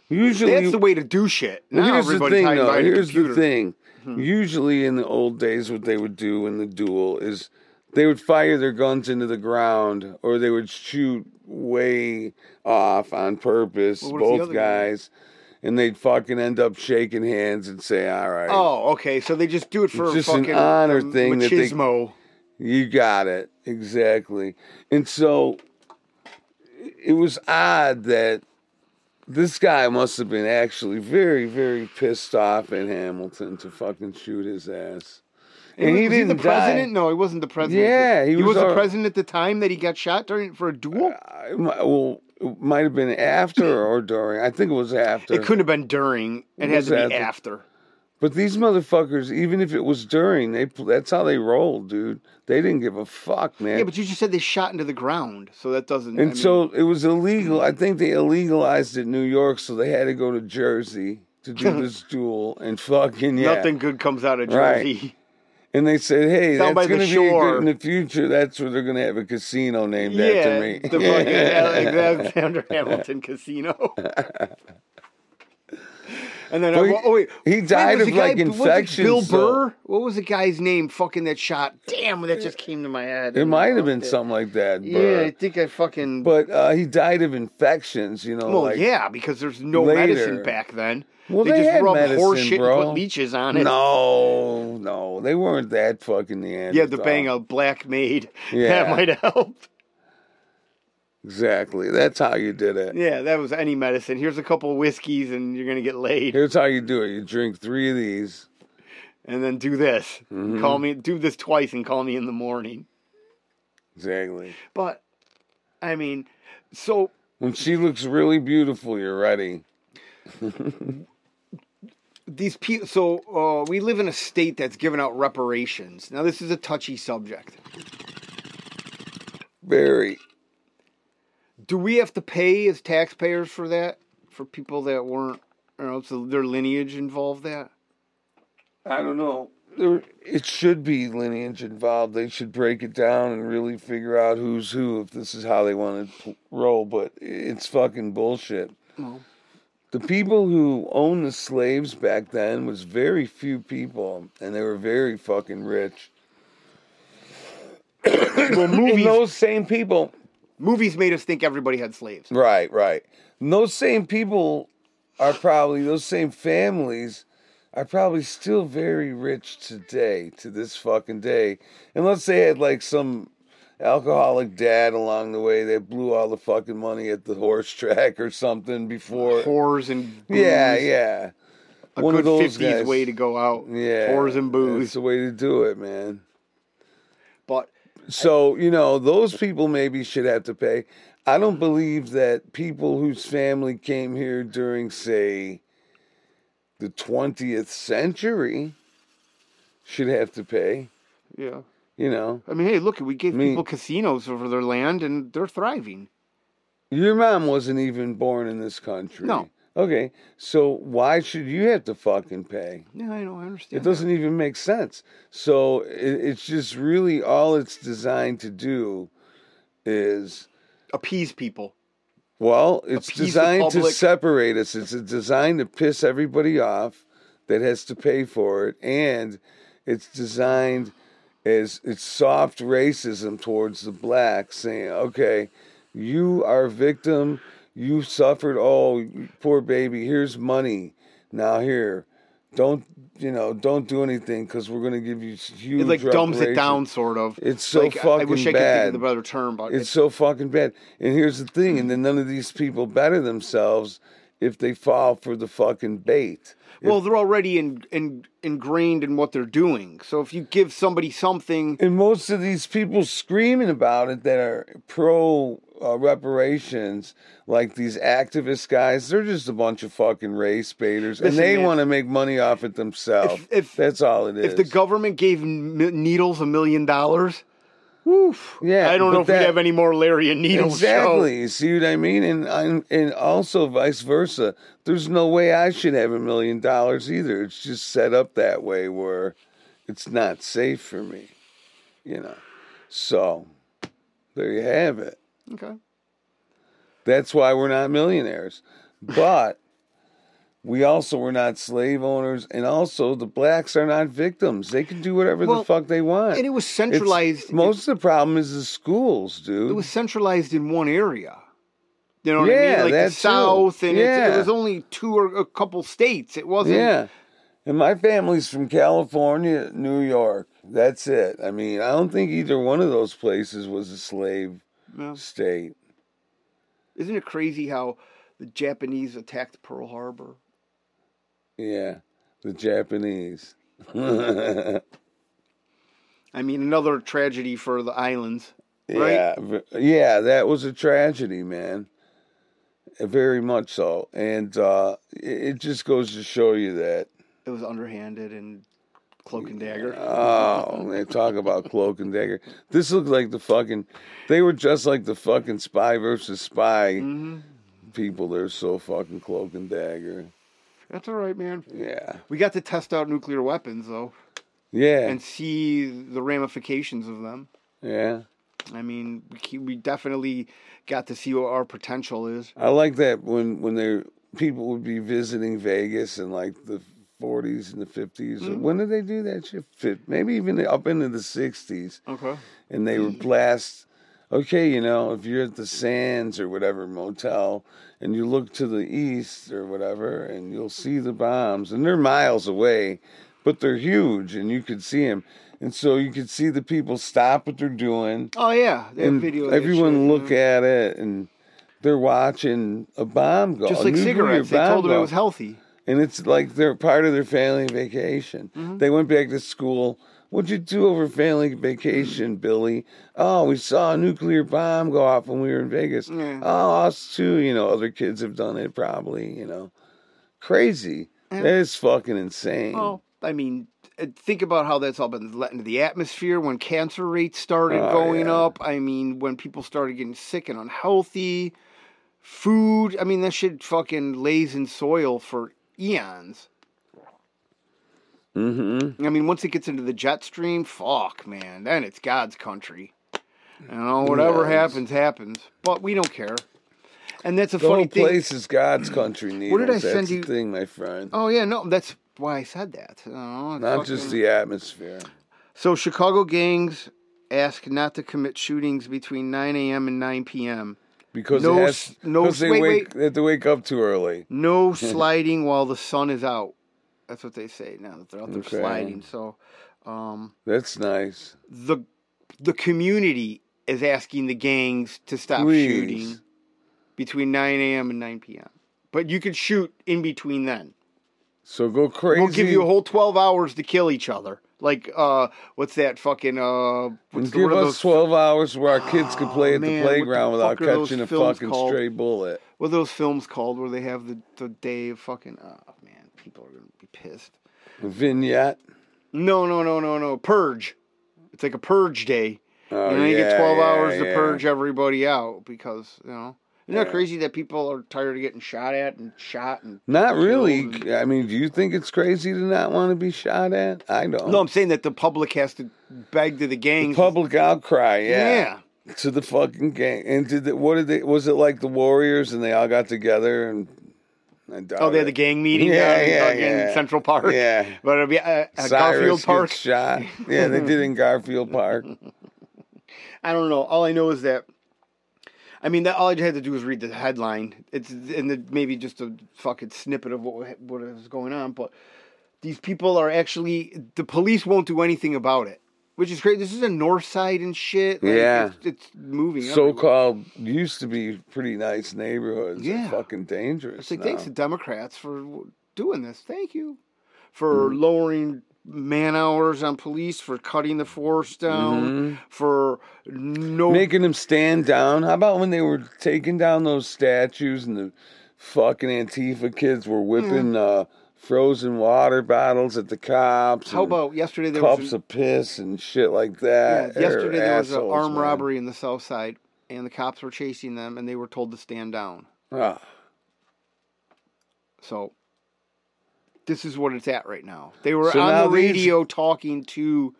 Usually, That's the way to do shit. Well, now here's the everybody's thing, hiding though. behind a Here's the computer. Mm-hmm. thing. Usually, in the old days, what they would do in the duel is they would fire their guns into the ground, or they would shoot way off on purpose, Well, what if the both other guy- guys, and they'd fucking end up shaking hands and say, "All right, Oh, okay. So they just do it for It's just an fucking honor um, thing that they- machismo. You got it. Exactly. And so it was odd that this guy must have been actually very, very pissed off at Hamilton to fucking shoot his ass. And he was didn't the president? die. No, he wasn't the president. Yeah, he, he was was the our- president at the time that he got shot during for a duel. I- my- well, it might have been after or during. I think it was after. It couldn't have been during. It had Was to be that the- after. But these motherfuckers, even if it was during, they that's how they rolled, dude. They didn't give a fuck, man. Yeah, but you just said they shot into the ground, so that doesn't. And I mean, mm-hmm. so it was illegal. I think they illegalized it in New York, so they had to go to Jersey to do this duel and fucking yeah. nothing good comes out of Right. Jersey. And they said, hey, Down by that's the going to be a shore. good, in the future. That's where they're going to have a casino named Yeah, after me. the fucking Alexander Hamilton Casino. And then, Well, I, oh wait, he wait, was died of, the guy- like, was it infection, Bill so- Burr. What was the guy's name? Fucking that shot. Damn, that just came to my head. it might have been something like that. Yeah, I Burr. think I fucking. But uh, he died of infections, you know. well, like, yeah, because there's no later. medicine back then. Well, they just had rubbed medicine, horse shit bro. and put leeches on it. No, no, they weren't that fucking Neanderthal. You had to bang a black maid. uh, That Yeah. might have helped. Exactly. That's how you did it. Yeah, that was any medicine. Here's a couple of whiskeys and you're going to get laid. Here's how you do it. You drink three of these. And then do this. Mm-hmm. Call me, do this twice and call me in the morning. Exactly. But, I mean, so When she looks really beautiful, you're ready. these people, so uh, we live in a state that's giving out reparations. Now, this is a touchy subject. Very. Do we have to pay as taxpayers for that? For people that weren't, you know, so their lineage involved that? I don't know. There, it should be lineage involved. They should break it down and really figure out who's who if this is how they want to p- roll. But it's fucking bullshit. No. The people who owned the slaves back then was very few people, and they were very fucking rich. Well, And movies, those same people movies made us think everybody had slaves. Right, right. And those same people are probably those same families are probably still very rich today to this fucking day, unless they had like some alcoholic dad along the way that blew all the fucking money at the horse track or something before. Whores and booze. Yeah, yeah. A One good of those 50s guys. way to go out. Yeah. Whores and That's booze. the way to do it, man. But So, you know, those people maybe should have to pay. I don't believe that people whose family came here during, say, the 20th century should have to pay, yeah. you know. I mean, hey, look, we gave Me- people casinos over their land and they're thriving. Your mom wasn't even born in this country. No. Okay. So why should you have to fucking pay? Yeah, I know, I understand. It doesn't even make sense. So it, it's just really all it's designed to do is appease people. well, it's Appease the designed to public. separate us. It's designed to piss everybody off that has to pay for it, and it's designed as it's soft racism towards the blacks, saying, "Okay, you are a victim. You suffered. Oh, you poor baby. Here's money. Now here." Don't you know? Don't do anything because we're gonna give you huge. It like dumbs it reparations." down, sort of. It's so like, I- I wish I fucking could think bad. of the better term, but It's so fucking bad. And here's the thing, and then none of these people better themselves if they fall for the fucking bait. Well, they're already in, in, ingrained in what they're doing. So if you give somebody something, And most of these people screaming about it that are pro uh, reparations, like these activist guys, they're just a bunch of fucking race baiters, and Listen, they man. want to make money off it themselves. If- if- That's all it is. if the government gave M- Needles a million dollars, woof. Yeah, I don't but know if we that- have any more Larry and Needles exactly. show. You See what I mean? And I'm, and also vice versa. There's no way I should have a million dollars either. It's just set up that way where it's not safe for me. You know. So there you have it. Okay. That's why we're not millionaires. But we also were not slave owners and also the blacks are not victims. They can do whatever Well, the fuck they want. And it was It's- centralized. most of the problem is the schools, dude. it was centralized in one area. You know what I Yeah, mean? Like that the too. South, and it's, Yeah. it was only two or a couple states. It wasn't. Yeah. And my family's from California, New York. That's it. I mean, I don't think either one of those places was a slave No. state. Isn't it crazy how the Japanese attacked Pearl Harbor? Yeah. The Japanese. yeah. I mean, another tragedy for the islands. v- Yeah, that was a tragedy, man. Very much so. And uh, it it just goes to show you that. It was underhanded and cloak and dagger. Oh, they talk about cloak and dagger. This looked like the fucking. They were just like the fucking spy versus spy people. They're so fucking cloak and dagger. That's all right, man. Yeah, We got to test out nuclear weapons, though, yeah, and see the ramifications of them. yeah. I mean, we ke- we definitely got to see what our potential is. I like that when when they people would be visiting Vegas in like the 40s and the 50s. When did they do that shit? Fif- Maybe even up into the 60s. Okay. and they were Mm. blast. Okay, you know, if you're at the Sands or whatever motel and you look to the east or whatever and you'll see the bombs and they're miles away, but they're huge and you could see them. And so you could see the people stop what they're doing Oh yeah, they have and video. of that shit, everyone you look know. at it and they're watching a bomb go. just a like nuclear cigarettes. They bomb told them it go was healthy. and it's like they're part of their family vacation. Mm-hmm. They went back to school. What'd you do over family Mm. vacation, Billy? Oh, we saw a nuclear bomb go off when we were in Vegas. Yeah. Oh, us too. You know, other kids have done it probably. You know, crazy. That is fucking insane. Well, I mean, uh, think about how that's all been let into the atmosphere when cancer rates started Oh, going yeah. up. I mean, when people started getting sick and unhealthy, food. I mean, that shit fucking lays in soil for eons. Mm-hmm. I mean, once it gets into the jet stream, fuck, man, then it's God's country. You know, whatever Yes. happens, happens. But we don't care. And that's a The funny whole thing. place is God's country. Needles. What did I That's send the you- Thing, my friend. Oh yeah, no, that's why I said that. You know, Not it's fucking- just the atmosphere. So Chicago gangs ask not to commit shootings between 9 a.m. and 9 p.m. Because No it s- has, no because s- they wait, wake they have to wake up too early. No sliding while the sun is out. That's what they say now that they're out there Okay. sliding. So um, That's nice. the the community is asking the gangs to stop Please. shooting between 9 a.m. and 9 p.m. But you could shoot in between then. So go crazy. We'll give you a whole 12 hours to kill each other. Like, uh, what's that fucking, uh, what's the, Give what are us those, Oh, twelve hours where our kids can play at man, the what the playground without fuck are those catching a films fucking called? stray bullet. what are those films called where they have the, the day of fucking, oh man, people are going to be pissed. Vignette. No, no, no, no, no. Purge. It's like a purge day. Oh, and then you get yeah, 12 hours yeah, to yeah. purge everybody out because, you know, isn't Yeah. that crazy that people are tired of getting shot at and shot and. Not killed really. and- I mean, do you think it's crazy to not want to be shot at? I don't. No, I'm saying that the public has to beg to the gangs. Public outcry, yeah, Yeah. to the fucking gang. And did the, what did they? Was it like the Warriors and they all got together and? I doubt Oh, they had it. the gang meeting Yeah, down in yeah, fucking yeah. Central Park. Yeah. But it'll be uh, uh, Garfield Cyrus Park. gets shot. Yeah, they did in Garfield Park. I don't know. All I know is that. I mean, that all I had to do was read the headline. It's and the, maybe just a fucking snippet of what wa- what is going on. But these people are actually the police won't do anything about it, which is great. This is a north side and shit. Like, Yeah. it's, it's moving. everywhere. So-called used to be pretty nice neighborhoods. Yeah, Yeah. fucking dangerous. It's like now. thanks to Democrats for w- doing this. Thank you for Mm-hmm. lowering man hours on police, for cutting the force Mm-hmm. down, for no making them stand down. How about when they were taking down those statues and the fucking Antifa kids Mm-hmm. were whipping uh, frozen water bottles at the cops? How and about yesterday there was cups an- of piss and shit like Yeah, that? They're yesterday there was an assholes, armed man. robbery in the south side and the cops were chasing them and they were told to stand down Ah, so this is what it's at right now they were So on now the these- radio talking to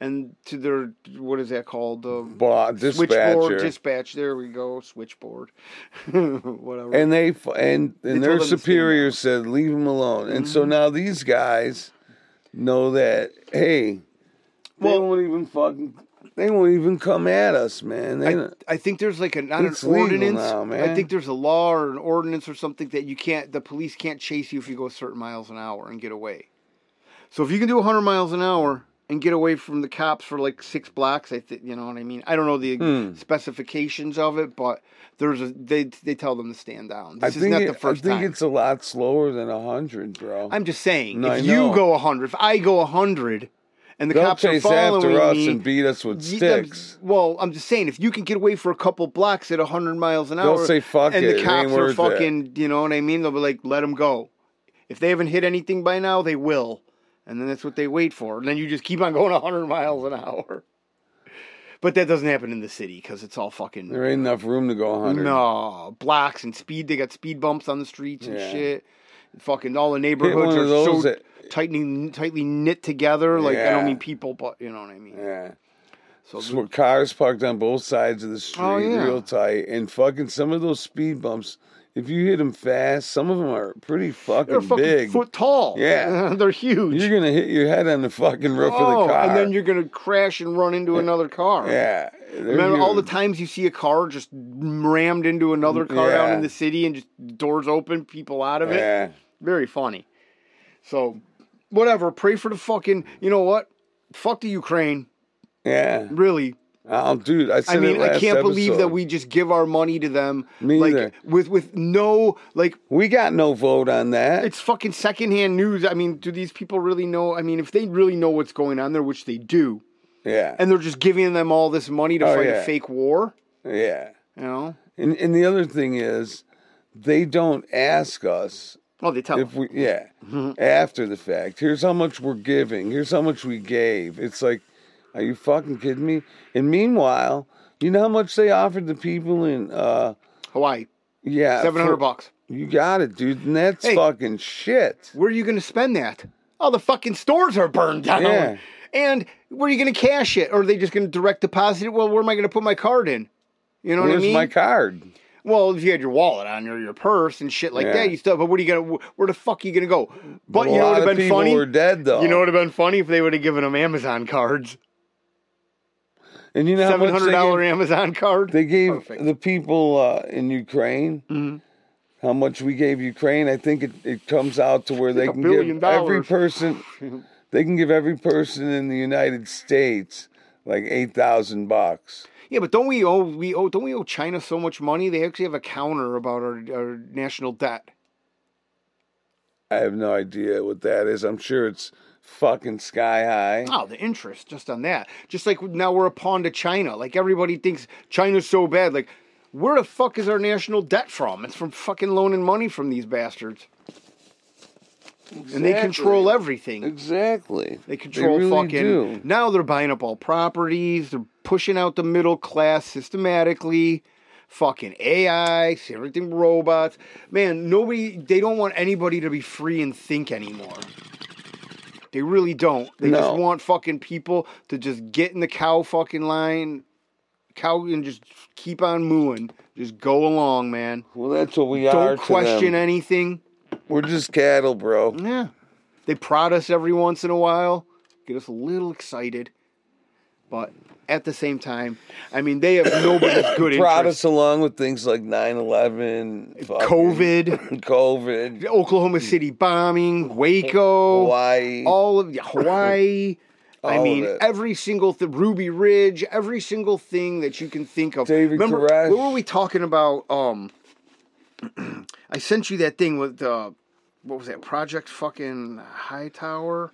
and to their what is that called the blah, switchboard dispatcher. dispatch there we go switchboard whatever and they f- and and told their them to stand superior said leave them alone and Mm-hmm. so now these guys know that hey they Well- won't even fucking they won't even come at us man they don't- I think there's like a not It's an legal ordinance. now, man. I think there's a law or an ordinance or something that you can't. The police can't chase you if you go certain miles an hour and get away. So if you can do 100 miles an hour and get away from the cops for like six blocks, I think you know what I mean. I don't know the Hmm. specifications of it, but there's a they they tell them to stand down. I This is think, not it- the first I think time. it's a lot slower than 100 bro I'm just saying, No, I if know. you go 100, if I go 100, and the they'll cops are chase following after us me, and beat us with Ye- sticks I'm- well, I'm just saying, if you can get away for a couple blocks at 100 miles an They'll hour, say, "Fuck and it, it the ain't cops are worth it." fucking, you know what I mean? They'll be like, let them go. If they haven't hit anything by now, they will. And then that's what they wait for. And then you just keep on going 100 miles an hour. But that doesn't happen in the city because it's all fucking there ain't enough room to go 100 no blocks and speed. They got speed bumps on the streets and Yeah. shit. Fucking all the neighborhoods one are of those so that- tightly tightly knit together. Like I Yeah. don't mean people, but you know what I mean. yeah So So cars parked on both sides of the street, Oh, yeah. real tight, and fucking some of those speed bumps. If you hit them fast, some of them are pretty fucking, They're fucking big. foot tall. Yeah. they're huge. You're gonna hit your head on the fucking roof oh, of the car, and then you're gonna crash and run into another car. yeah. they're Remember all the huge. Mm, times you see a car just rammed into another car down Yeah. in the city and just doors open, people out of it. Yeah, Very funny. So, whatever. Pray for the fucking. You know what? Fuck the Ukraine. yeah. Really. Oh, dude, I said I it mean, last I can't believe that episode. we just give our money to them. Me like either. with with no like we got no vote on that. it's fucking secondhand news. I mean, do these people really know? I mean, if they really know what's going on there, which they do, yeah, and they're just giving them all this money to Oh, fight yeah. a fake war, yeah. you know? And and the other thing is, they don't ask us Well, they tell if we yeah Mm-hmm. after the fact here's how much we're giving here's how much we gave it's like are you fucking kidding me and meanwhile you know how much they offered the people in uh Hawaii yeah seven hundred Uh, for- bucks. you got it dude and that's Hey. fucking shit Where are you going to spend that? All the fucking stores are burned down. Yeah. And where are you going to cash it? Or are they just going to direct deposit it? Well, where am I going to put my card in? You know where's what I mean? my card Well, if you had your wallet on or your purse and shit like Yeah. that, you still. But what are you gonna? Where the fuck are you gonna go? But, a you know lot what would of have been people funny. were dead though You know what would have been funny if they would have given them Amazon cards. and you know how seven much hundred they dollar gave, Amazon card. they gave Perfect. Mm-hmm. the people uh in ukraine How much we gave Ukraine? I think it, it comes out to where they a can billion give every dollars. person they can give every person in the United States like eight thousand bucks. Yeah, but don't we owe we owe don't we owe China so much money? They actually have a counter about our, our national debt. I have no idea what that is. I'm sure it's fucking sky high. Oh, the interest just on that. Just like now we're a pawn to China. Like everybody thinks China's so bad. Like, where the fuck is our national debt from? It's from fucking loaning money from these bastards. And they control everything. Exactly. They control really fucking. do. Now they're buying up all properties. They're pushing out the middle class systematically. Fucking AI, everything robots. Man, nobody. They don't want anybody to be free and think anymore. They really don't. They No. just want fucking people to just get in the cow fucking line, cow, and just keep on mooing. Just go along, man. Well, that's what we are. Don't to question them. anything. We're just cattle, bro. Yeah. They prod us every once in a while, get us a little excited. But at the same time, I mean, they have nobody's good Prod interest. us along with things like 9/11, fucking COVID, COVID, Oklahoma City bombing, Waco, Hmm. Hawaii. all of Hawaii. I All mean, of it. every single th- Ruby Ridge, every single thing that you can think of. David Remember, Koresh. what were we talking about? Um, I sent you that thing with uh, what was that project? Fucking Hightower.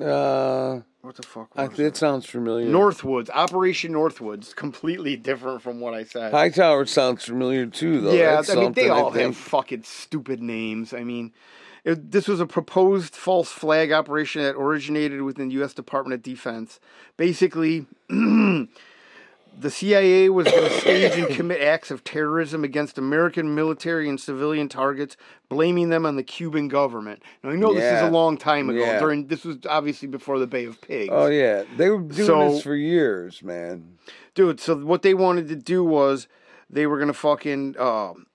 uh, What the fuck? I, was that sounds familiar. Northwoods, Operation Northwoods, completely different from what I said. Hightower sounds familiar too, though. yeah, That's I mean they something, all have think. fucking stupid names. I mean, it, this was a proposed false flag operation that originated within the U.S. Department of Defense. Basically, the CIA was going to stage and commit acts of terrorism against American military and civilian targets, blaming them on the Cuban government. Now I know this is Yeah. a long time ago. Yeah. During this was obviously before the Bay of Pigs. Oh yeah, they were doing So- this for years, man. dude. So what they wanted to do was they were gonna fucking um,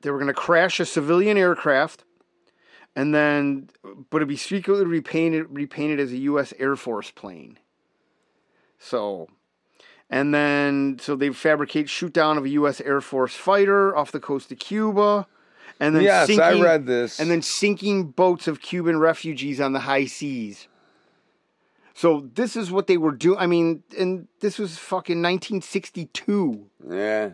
they were gonna crash a civilian aircraft, and then but it'd be secretly repainted repainted as a U.S. Air Force plane. So, and then so they fabricate shoot down of a U.S. Air Force fighter off the coast of Cuba, and then Yes, sinking, I read this. and then sinking boats of Cuban refugees on the high seas. So this is what they were doing. I mean, and this was fucking 1962. yeah,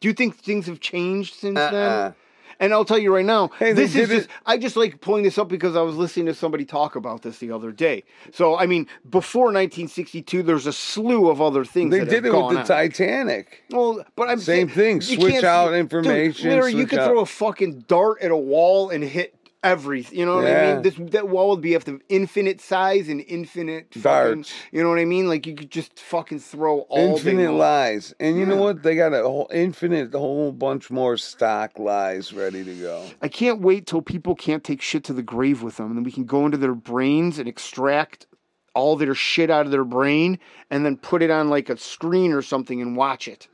Do you think things have changed since Uh-uh. then? And I'll tell you right now, Hey, they this did is just, it- I just like pulling this up because I was listening to somebody talk about this the other day. So, I mean, before 1962, there's a slew of other things they that did have it with gone the on. Titanic. Well, but I'm Same saying- thing, you switch can't- out dude, information, Larry, you switch could out- throw a fucking dart at a wall and hit everything. You know what I Yeah. mean? This that wall would be of the infinite size and infinite fucking- Darts. You know what I mean? Like you could just fucking throw all day Infinite long. lies, and you know Yeah. what? They got a whole infinite, whole bunch more stock lies ready to go. I can't wait till people can't take shit to the grave with them, and then we can go into their brains and extract all their shit out of their brain, and then put it on like a screen or something and watch it.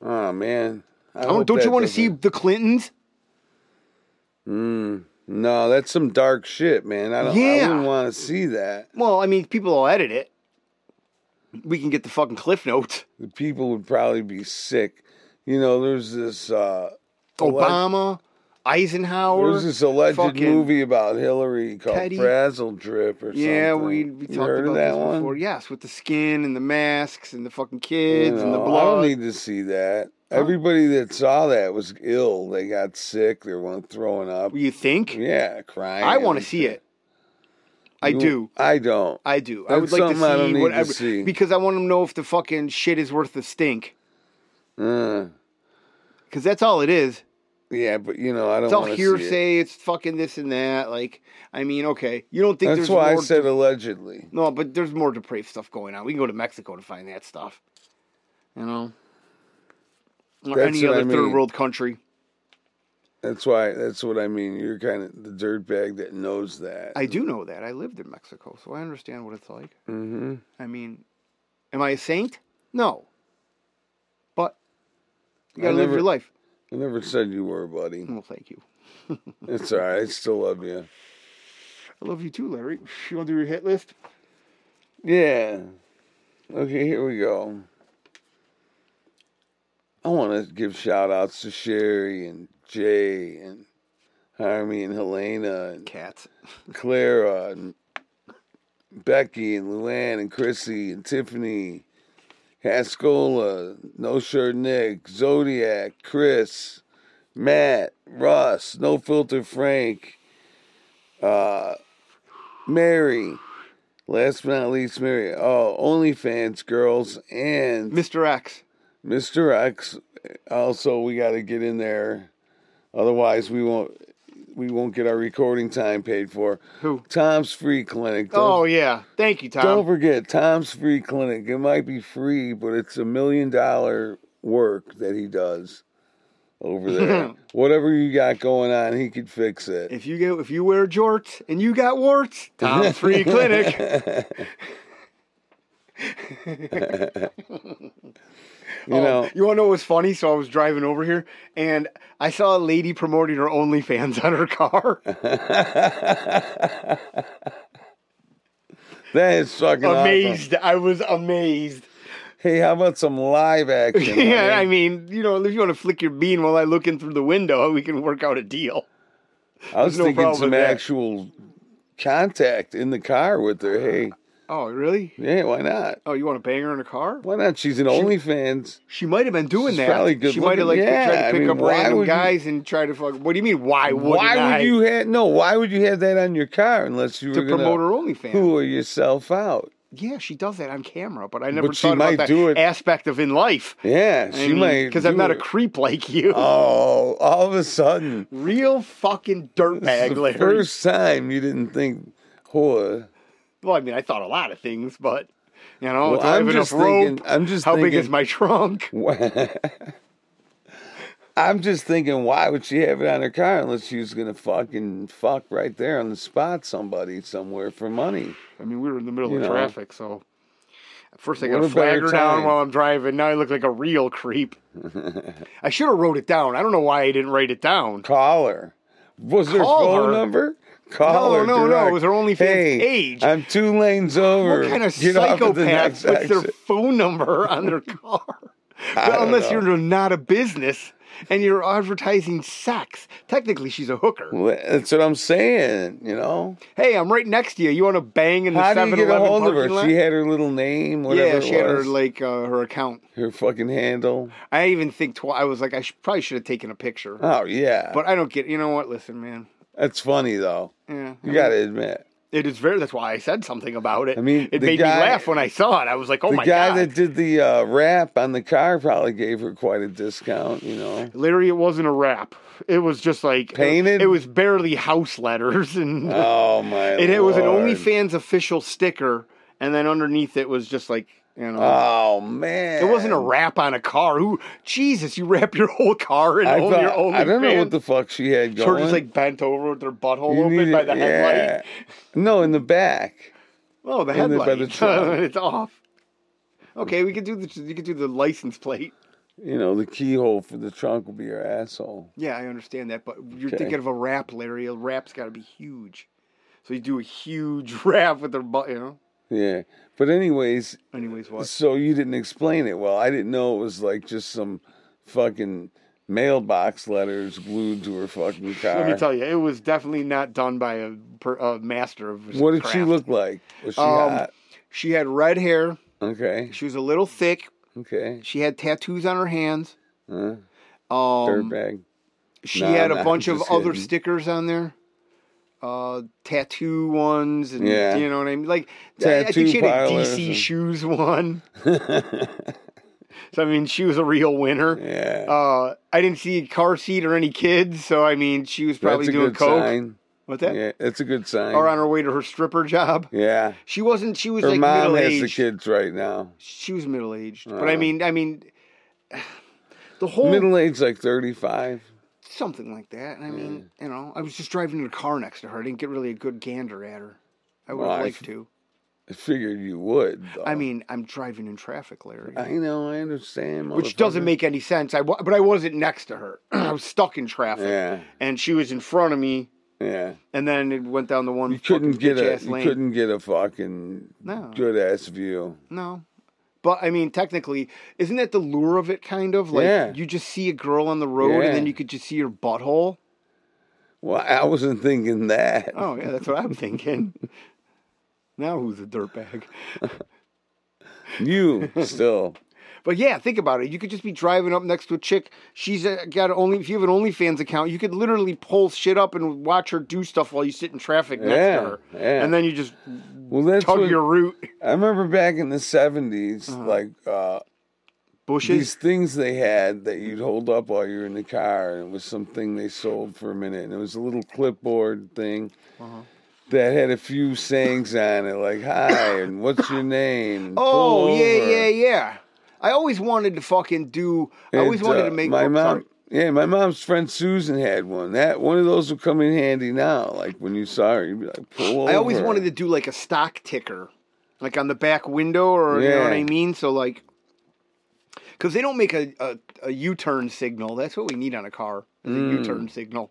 Oh man, I Oh, hope don't you that want to doesn't- see the Clintons? No, that's some dark shit, man. I don't. Yeah. I wouldn't want to see that. Well, I mean, people will edit it. We can get the fucking cliff notes. The people would probably be sick. You know, there's this. uh Obama, Eisenhower. There's this alleged fucking- movie about Hillary called Petty- Frazzle Drip or Yeah, something. we, we talked you heard about of that this one. before. Yes, with the skin and the masks and the fucking You kids and the know, blood. I don't need to see that. Everybody that saw that was ill. They got sick. They weren't throwing up. you think? Yeah, crying. I want to and see shit. it. I You- do. I don't. I do. I That's would like to something I don't see need to whatever see. because I want to know if the fucking shit is worth the stink. Uh, Because that's all it is. yeah, but you know, I don't. It's all wanna see it. hearsay. It's fucking this and that. Like, I mean, okay, you don't think That's there's why I more said allegedly. No, but there's more depraved stuff going on. We can go to Mexico to find that stuff. You know? Or That's any what I other third mean. world country. That's why. That's what I mean. You're kind of the dirtbag that knows that. I do know that. I lived in Mexico, so I understand what it's like. Mm-hmm. I mean, am I a saint? No. But you gotta I live never- your life. Hmm. I never said you were, buddy. Well, thank you. It's all right. I still love you. I love you too, Larry. You wanna do your hit list? Yeah. Okay, here we go. I want to give shout outs to Sherry and Jay and Harmony and Helena and Cats. Clara and Becky and Luann and Chrissy and Tiffany, Pascola, No Shirt Nick, Zodiac, Chris, Matt, Russ, No Filter Frank, uh, Mary, last but not least, Mary. Oh, OnlyFans girls and Mr. X. Mr. X. Also, we got to get in there, otherwise we won't we won't get our recording time paid for. Who? Tom's Free Clinic. Don't Oh yeah. Thank you, Tom. don't forget Tom's Free Clinic. It might be free, but it's a million dollar work that he does over there. Whatever you got going on, he could fix it. If you get if you wear jorts and you got warts, Tom Free Clinic. oh, You know, you wanna know what's funny? So I was driving over here and I saw a lady promoting her OnlyFans on her car. that is fucking Awesome. amazed. I was amazed. Hey, how about some live action? Yeah, I honey? mean, you know, if you want to flick your bean while I look in through the window, we can work out a deal. I was no thinking problem some with that. actual contact in the car with her. Hey, Oh, really? yeah, why not? Oh, you want to bang her in a car? Why not? She's an OnlyFans. She might have been doing She's that. probably good she might have like looking. Yeah, tried I to pick mean, up why random would you- guys and try to fuck. What do you mean? Why would Why I? would you have no? Why would you have that on your car unless you to were promote gonna her OnlyFans? who yourself out? Yeah, she does that on camera, but I never But she thought might about that do it- aspect of in life. Yeah, she might because I'm do not a it. creep like you. Oh, all of a sudden, Real fucking this is dirtbag, the Larry. first time you didn't think, whore. Well, I mean, I thought a lot of things, but you know, Well, do I have I'm enough just thinking. rope? I'm just How thinking, big is my trunk? I'm just thinking, why would she have it on her car unless she was gonna fucking fuck right there on the spot somebody somewhere for money? I mean, we were in the middle You of know. traffic, so first I What got to a flag better her down time. while I'm driving. Now I look like a real creep. I should have wrote it down. I don't know why I didn't write it down. Call her. Was her Call phone her? number? Call No, her. no, no, direct. it was her OnlyFans hey, page. I'm two lanes over. What kind of Get off at the psychopath next puts their exit. phone number on their car? well, don't unless know. you're not a business and you're advertising sex. Technically, she's a hooker. Well, That's what I'm saying. You know, Hey, I'm right next to you. You want to bang in the how do you 7 get a hold Eleven of parking her? lot? She had her little name, whatever. yeah, it she had her was. like uh, her account. her fucking handle. I even think twi- I was like, I should, probably should have taken a picture, Oh yeah, uh, but I don't get. You know what? Listen, man. that's funny though. Yeah, You got to admit, it is very. That's why I said something about it. I mean, it the made guy- me laugh when I saw it. I was like, oh the my guy god, that did the uh, rap on the car probably gave her quite a discount. You know, Larry. It wasn't a rap. It was just like uh, Painted? It, was barely house letters, and oh my, and it was an Lord. OnlyFans official sticker, and then underneath it was just like you know. Oh man, it wasn't a wrap on a car. Who, Jesus! You wrap your whole car in I, all thought, your OnlyFans. I don't know what the fuck she had going. Sort of just like bent over with their butthole You open need by it- the headlight. No, in the back. Oh, the And they- by headlight. the trunk. it's off. Okay, we could do the you could do the license plate. You know, the keyhole for the trunk will be your asshole. Yeah, I understand that, but you're Okay. thinking of a wrap, Larry. A wrap's got to be huge. So you do a huge wrap with their butt, you know. Yeah. But anyways, Anyways, what? so you didn't explain it well. I didn't know it was like just some fucking mailbox letters glued to her fucking car. Let me tell you, it was definitely not done by a, per, a master of. his what did she craft. look like? Was she Um, hot? She had red hair. Okay. She was a little thick. Okay. She had tattoos on her hands. Huh? Um, Dirtbag. She No, had no, a I'm bunch of just other kidding. stickers on there, uh, tattoo ones, and Yeah. you know what I mean. Like I- I think she Tattoo had a parlors DC and- shoes one. so I mean, she was a real winner. Yeah. Uh, I didn't see a car seat or any kids, so I mean, she was probably That's a doing good coke. sign. What's that? Yeah, that's a good sign. Or on her way to her stripper job. Yeah. She wasn't. She was Her like mom middle has the aged. kids right now. She was middle aged, but I Uh. mean, I mean, the whole Middle age, like 35. something like that. I mean, Mm. you know, I was just driving in a car next to her. I didn't get really a good gander at her. I would Well, have I liked f- to. I figured you would. though. I mean, I'm driving in traffic, Larry, I know, I understand. which doesn't motherfucker. make any sense. I wa- but I wasn't next to her. I was stuck in traffic, Yeah, and she was in front of me. yeah. And then it went down the one. You couldn't fucking get a bitch-ass you lane. couldn't get a fucking No. good ass view. No. But I mean, technically, isn't that the lure of it? Kind of like Yeah. you just see a girl on the road, Yeah. and then you could just see her butthole. Well, I wasn't thinking that. Oh yeah, that's what I'm thinking. now who's a dirtbag? You still. But yeah, think about it. You could just be driving up next to a chick. She's uh, got only if you have an OnlyFans account, you could literally pull shit up and watch her do stuff while you sit in traffic next Yeah, to her, yeah. and then you just Well, that's tug what, your Uh-huh. root I remember back in the 70s, like uh, bushes. these things they had that you'd hold up while you were in the car, and it was something they sold for a minute, and it was a little clipboard thing Uh-huh. that had a few sayings on it, like "Hi" and "What's your name?" and Oh "Pull yeah, over," yeah, yeah. I always wanted to fucking do. I always and, wanted uh, to make my oh, mom. sorry. Yeah, my mom's friend Susan had one. That one of those would come in handy now. Like when you saw her, you'd be like, "Pull over." I always wanted to do like a stock ticker, like on the back window, or you know what Yeah. I mean. So like, because they don't make a, a, a U turn signal. That's what we need on a car. Is Hmm. a U turn signal.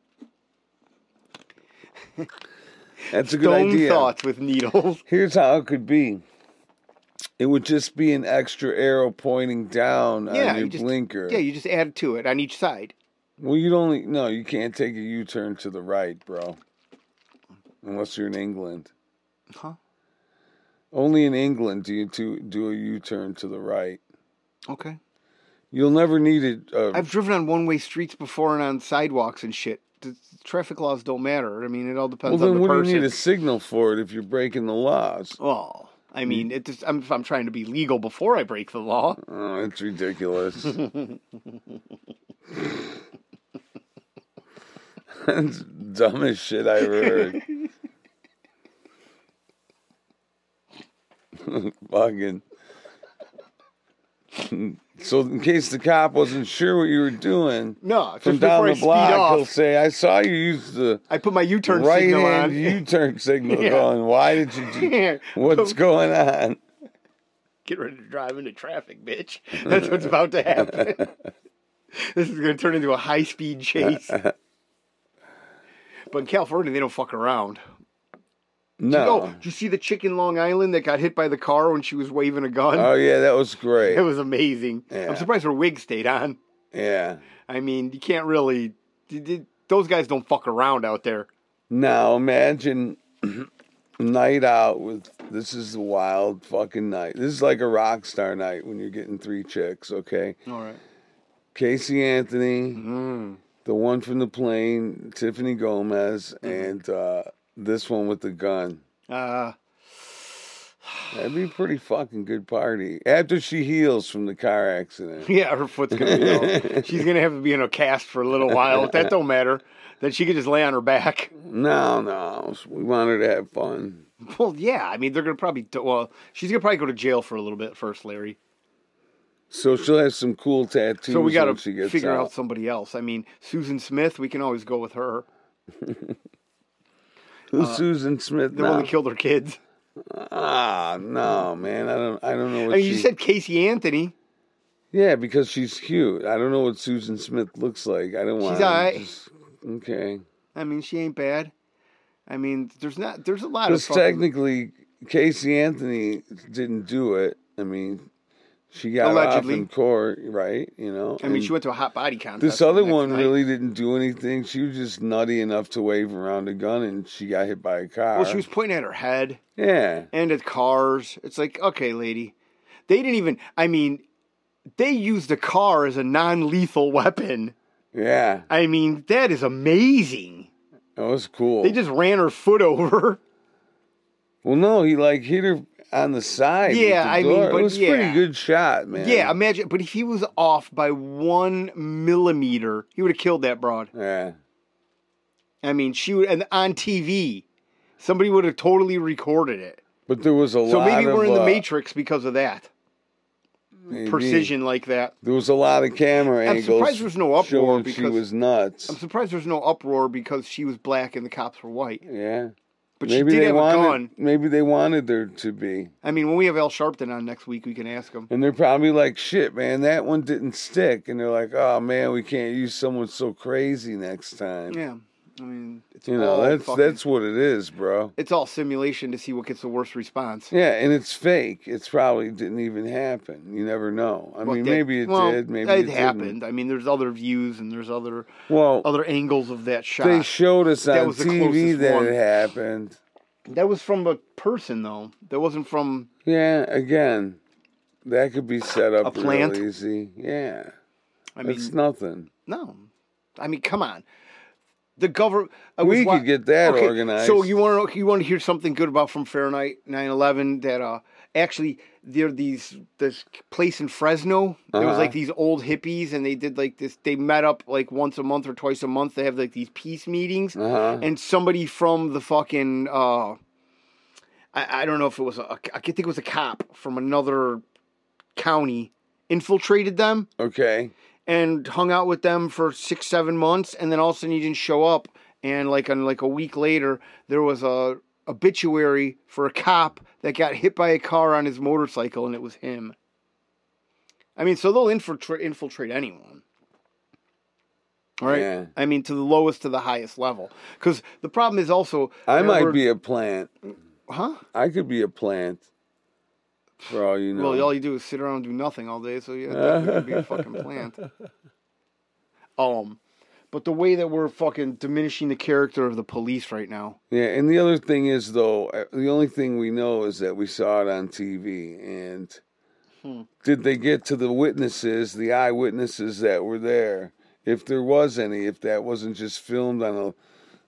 That's a good Dome idea. thoughts with needles. Here's how it could be. It would just be an extra arrow pointing down yeah, on your you just, blinker. Yeah, you just add to it on each side. Well, you'd only no, you can't take a U turn to the right, bro. Unless you're in England. Huh? Only in England do you to, do a U turn to the right. Okay. You'll never need it. Uh, I've driven on one way streets before and on sidewalks and shit. The traffic laws don't matter. I mean, it all well, depends on then the what person. do you need a signal for it if you're breaking the laws? Well, I Mm. mean, it just, I'm, if I'm trying to be legal before I break the law. Oh, it's ridiculous. That's dumbest shit I ever heard. Fucking. So, in case the cop wasn't sure what you were doing, No, just from before down I the speed block, off, he'll say, "I saw you use the I put my U-turn right signal hand on. U-turn signal. Yeah. Going, why did you do? Yeah. What's going on?" Get ready to drive into traffic, bitch. That's what's about to happen. this is going to turn into a high-speed chase. but in California, they don't fuck around. Oh, No. did you see the chick in Long Island that got hit by the car when she was waving a gun? Oh yeah, that was It great. was amazing. Yeah. I'm surprised her wig stayed on. Yeah. I mean, you can't really. d- d- Those guys don't fuck around out there. Now imagine night out with this is the wild fucking night. This is like a rock star night when you're getting three chicks, okay? All right. Casey Anthony, Mm. the one from the plane, Tiffany Gomez, Mm-hmm. and uh, this one with the gun. Uh, That'd be a pretty fucking good party. After she heals from the car accident. Yeah, her foot's gonna be off. She's gonna have to be in a cast for a little while. But that don't matter. Then she could just lay on her back. No, no. We want her to have fun. Well, yeah. I mean, they're gonna probably. Do, well, she's gonna probably go to jail for a little bit first, Larry. So she'll have some cool tattoos So we gotta when she gets figure out out. somebody else. I mean, Susan Smith. We can always go with her. Who's Susan Smith? The now? one that Uh, killed her kids. Ah, no, man. I don't. I don't know. What I mean, you she- said Casey Anthony. yeah, because she's cute. I don't know what Susan Smith looks like. I don't want. to alright. just- Okay, I mean, she ain't bad. I mean, there's not. There's a lot of. because fucking- technically, Casey Anthony didn't do it. I mean, she got Allegedly. off in court, right? You know. I mean, and she went to a hot body contest. This the other next one night. really didn't do anything. She was just nutty enough to wave around a gun, and she got hit by a car. Well, she was pointing at her head. Yeah. and at cars. It's like, okay, lady. They didn't even, I mean, they used the car as a non lethal weapon. Yeah. I mean, that is amazing. That was cool. They just ran her foot over. Well, no, he like hit her on the side. with Yeah, the I mean, door. but it was a yeah. pretty good shot, man. Yeah, imagine. But if he was off by one millimeter, he would have killed that broad. yeah, I mean, she would, and on TV, somebody would have totally recorded it. but there was a So lot. maybe of, we're in the uh, Matrix because of that maybe. precision like that. There was a lot of camera I'm angles. surprised there's no uproar showing she because- was nuts. I'm surprised there's no uproar because she was black and the cops were white. yeah, But maybe she did they have wanted. a gun. Maybe they wanted there to be, I mean, when we have Al Sharpton on next week, we can ask him. and they're probably like, "Shit, man, that one didn't stick," and they're like, "Oh man, we can't use someone so crazy next time." Yeah, Oh, I mean, it's You know, all that's fucking- that's what it is, bro. it's all simulation to see what gets the worst response. Yeah, and it's fake. It's probably didn't even happen. You never know. I mean, Well, that- maybe it well, did. Maybe it, didn't. happened. I mean, there's other views and there's other Well, other angles of that shot. they showed us That on was the TV closest that one. it happened. that was from a person though. That wasn't from. Yeah, again, That could be set up A plant? real easy. Yeah. I I mean, it's nothing. no. I mean, come on. The government. We could get that organized. So you want to you want to hear something good about from Fahrenheit 9/11 that uh actually there are these this place in Fresno there was Uh-huh. like these old hippies and they did like this they met up like once a month or twice a month they have like these peace meetings Uh-huh. and somebody from the fucking uh I, I don't know if it was a I think it was a cop from another county infiltrated them Okay. and hung out with them for six, seven months, and then all of a sudden he didn't show up. And like on like a week later, there was a obituary for a cop that got hit by a car on his motorcycle, and it was him. I mean, so they'll infiltrate infiltrate anyone. All right. Yeah. I mean, to the lowest to the highest level, because the problem is also I there might were- be a plant. huh. I could be a plant. For all you know. Well, all you do is sit around and do nothing all day, so yeah, that could be a fucking plant. Um, but the way that we're fucking diminishing the character of the police right now, yeah, and the other thing is though, uh, the only thing we know is that we saw it on TV and Hmm. did they get to the witnesses, the eyewitnesses that were there? If there was any, if that wasn't just filmed on a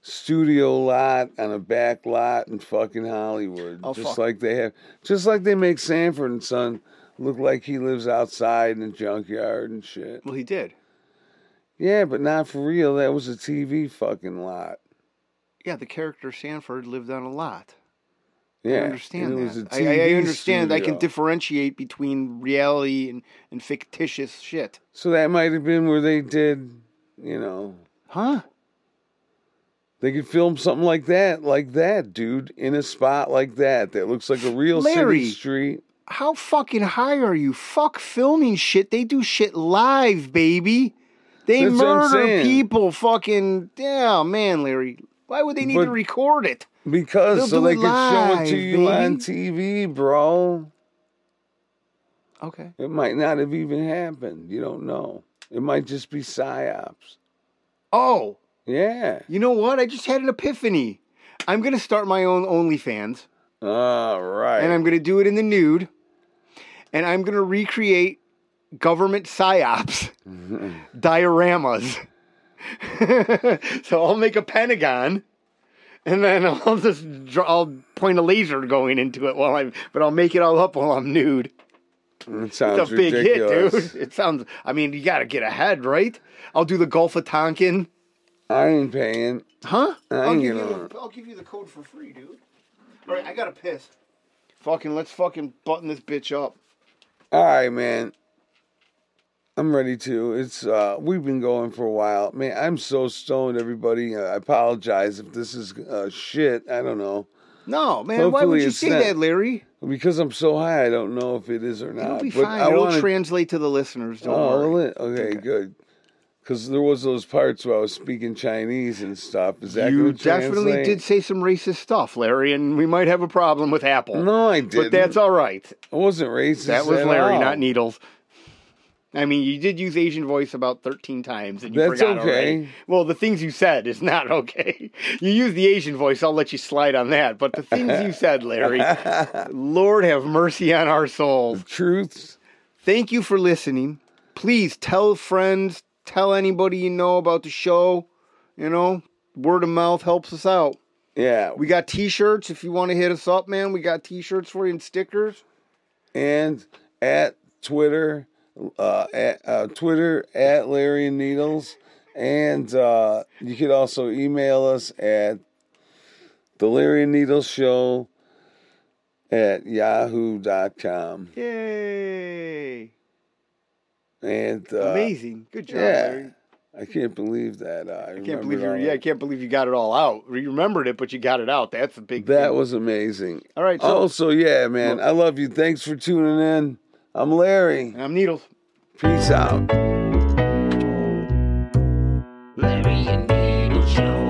studio lot on a back lot in fucking Hollywood, Oh, just fuck. like they have, just like they make Sanford and Son look like he lives outside in a junkyard and shit. well, he did. Yeah, but not for real. That was a TV fucking lot. Yeah, the character Sanford lived on a lot. Yeah, I understand and it that. was a I- I, I TV understand. I can studio. differentiate between reality and, and fictitious shit. So that might have been where they did, you know, Huh? they could film something like that, like that, dude, in a spot like that that looks like a real Larry. city street. How fucking high are you? Fuck filming shit. They do shit live, baby. They That's what I'm murder saying. people. Fucking yeah, man, Larry. Why would they need to But- record it? Because They'll so do they it could show it live, to you on TV, bro. Okay. It might not have even happened. You don't know. It might just be psyops. Oh, Yeah. you know what? I just had an epiphany. I'm gonna start my own OnlyFans, All right. and I'm gonna do it in the nude, and I'm gonna recreate government psyops dioramas. so I'll make a pentagon, and then I'll just draw, I'll point a laser going into it while I'm, but I'll make it all up while I'm nude. it sounds It's a big ridiculous. hit, dude. It sounds. I mean, you gotta get ahead, right? I'll do the Gulf of Tonkin. I ain't paying. Huh? I I'll ain't give, gonna- you the, I'll give you the code for free, dude. All right, I gotta piss. Fucking, let's fucking button this bitch up. All right, man. I'm ready to. It's uh we've been going for a while. Man, I'm so stoned everybody. Uh, I apologize if this is uh shit. I don't know. No, man, why Hopefully would you it's say not- that, Larry? Because I'm so high, I don't know if it is or not. It'll be Uh, but fine. I It'll wanna- translate to the listeners. Don't Oh, worry. will it? Okay, good. Cuz there was those parts where I was speaking Chinese and stuff. Is that You gonna definitely translate? did say some racist stuff, Larry, and we might have a problem with Apple. No, I didn't. "Oh." but that's all right. I wasn't racist. That was at Larry, all. not Needles. I mean, you did use Asian voice about 13 times and you That's forgot okay. already. Well, the things you said is not okay. You used the Asian voice, I'll let you slide on that. But the things you said, Larry, Lord have mercy on our souls. Truths. Thank you for listening. Please tell friends, tell anybody you know about the show. You know, word of mouth helps us out. Yeah. We got t shirts if you want to hit us up, man. We got t shirts for you and stickers. and at Twitter, uh, at uh, Twitter at Larry and Needles, and uh, you could also email us at the Larry and Needles Show at yahoo.com. Yay. And uh, Amazing. Good job, yeah, Larry. I can't believe that. I, I can't believe you yeah, I can't believe you got it all out. You remembered it, but you got it out. That's a big That thing. was amazing. all right, so Also, yeah, man, I love you. Thanks for tuning in. I'm Larry. and I'm Needles. Peace out. Larry and Needle Show.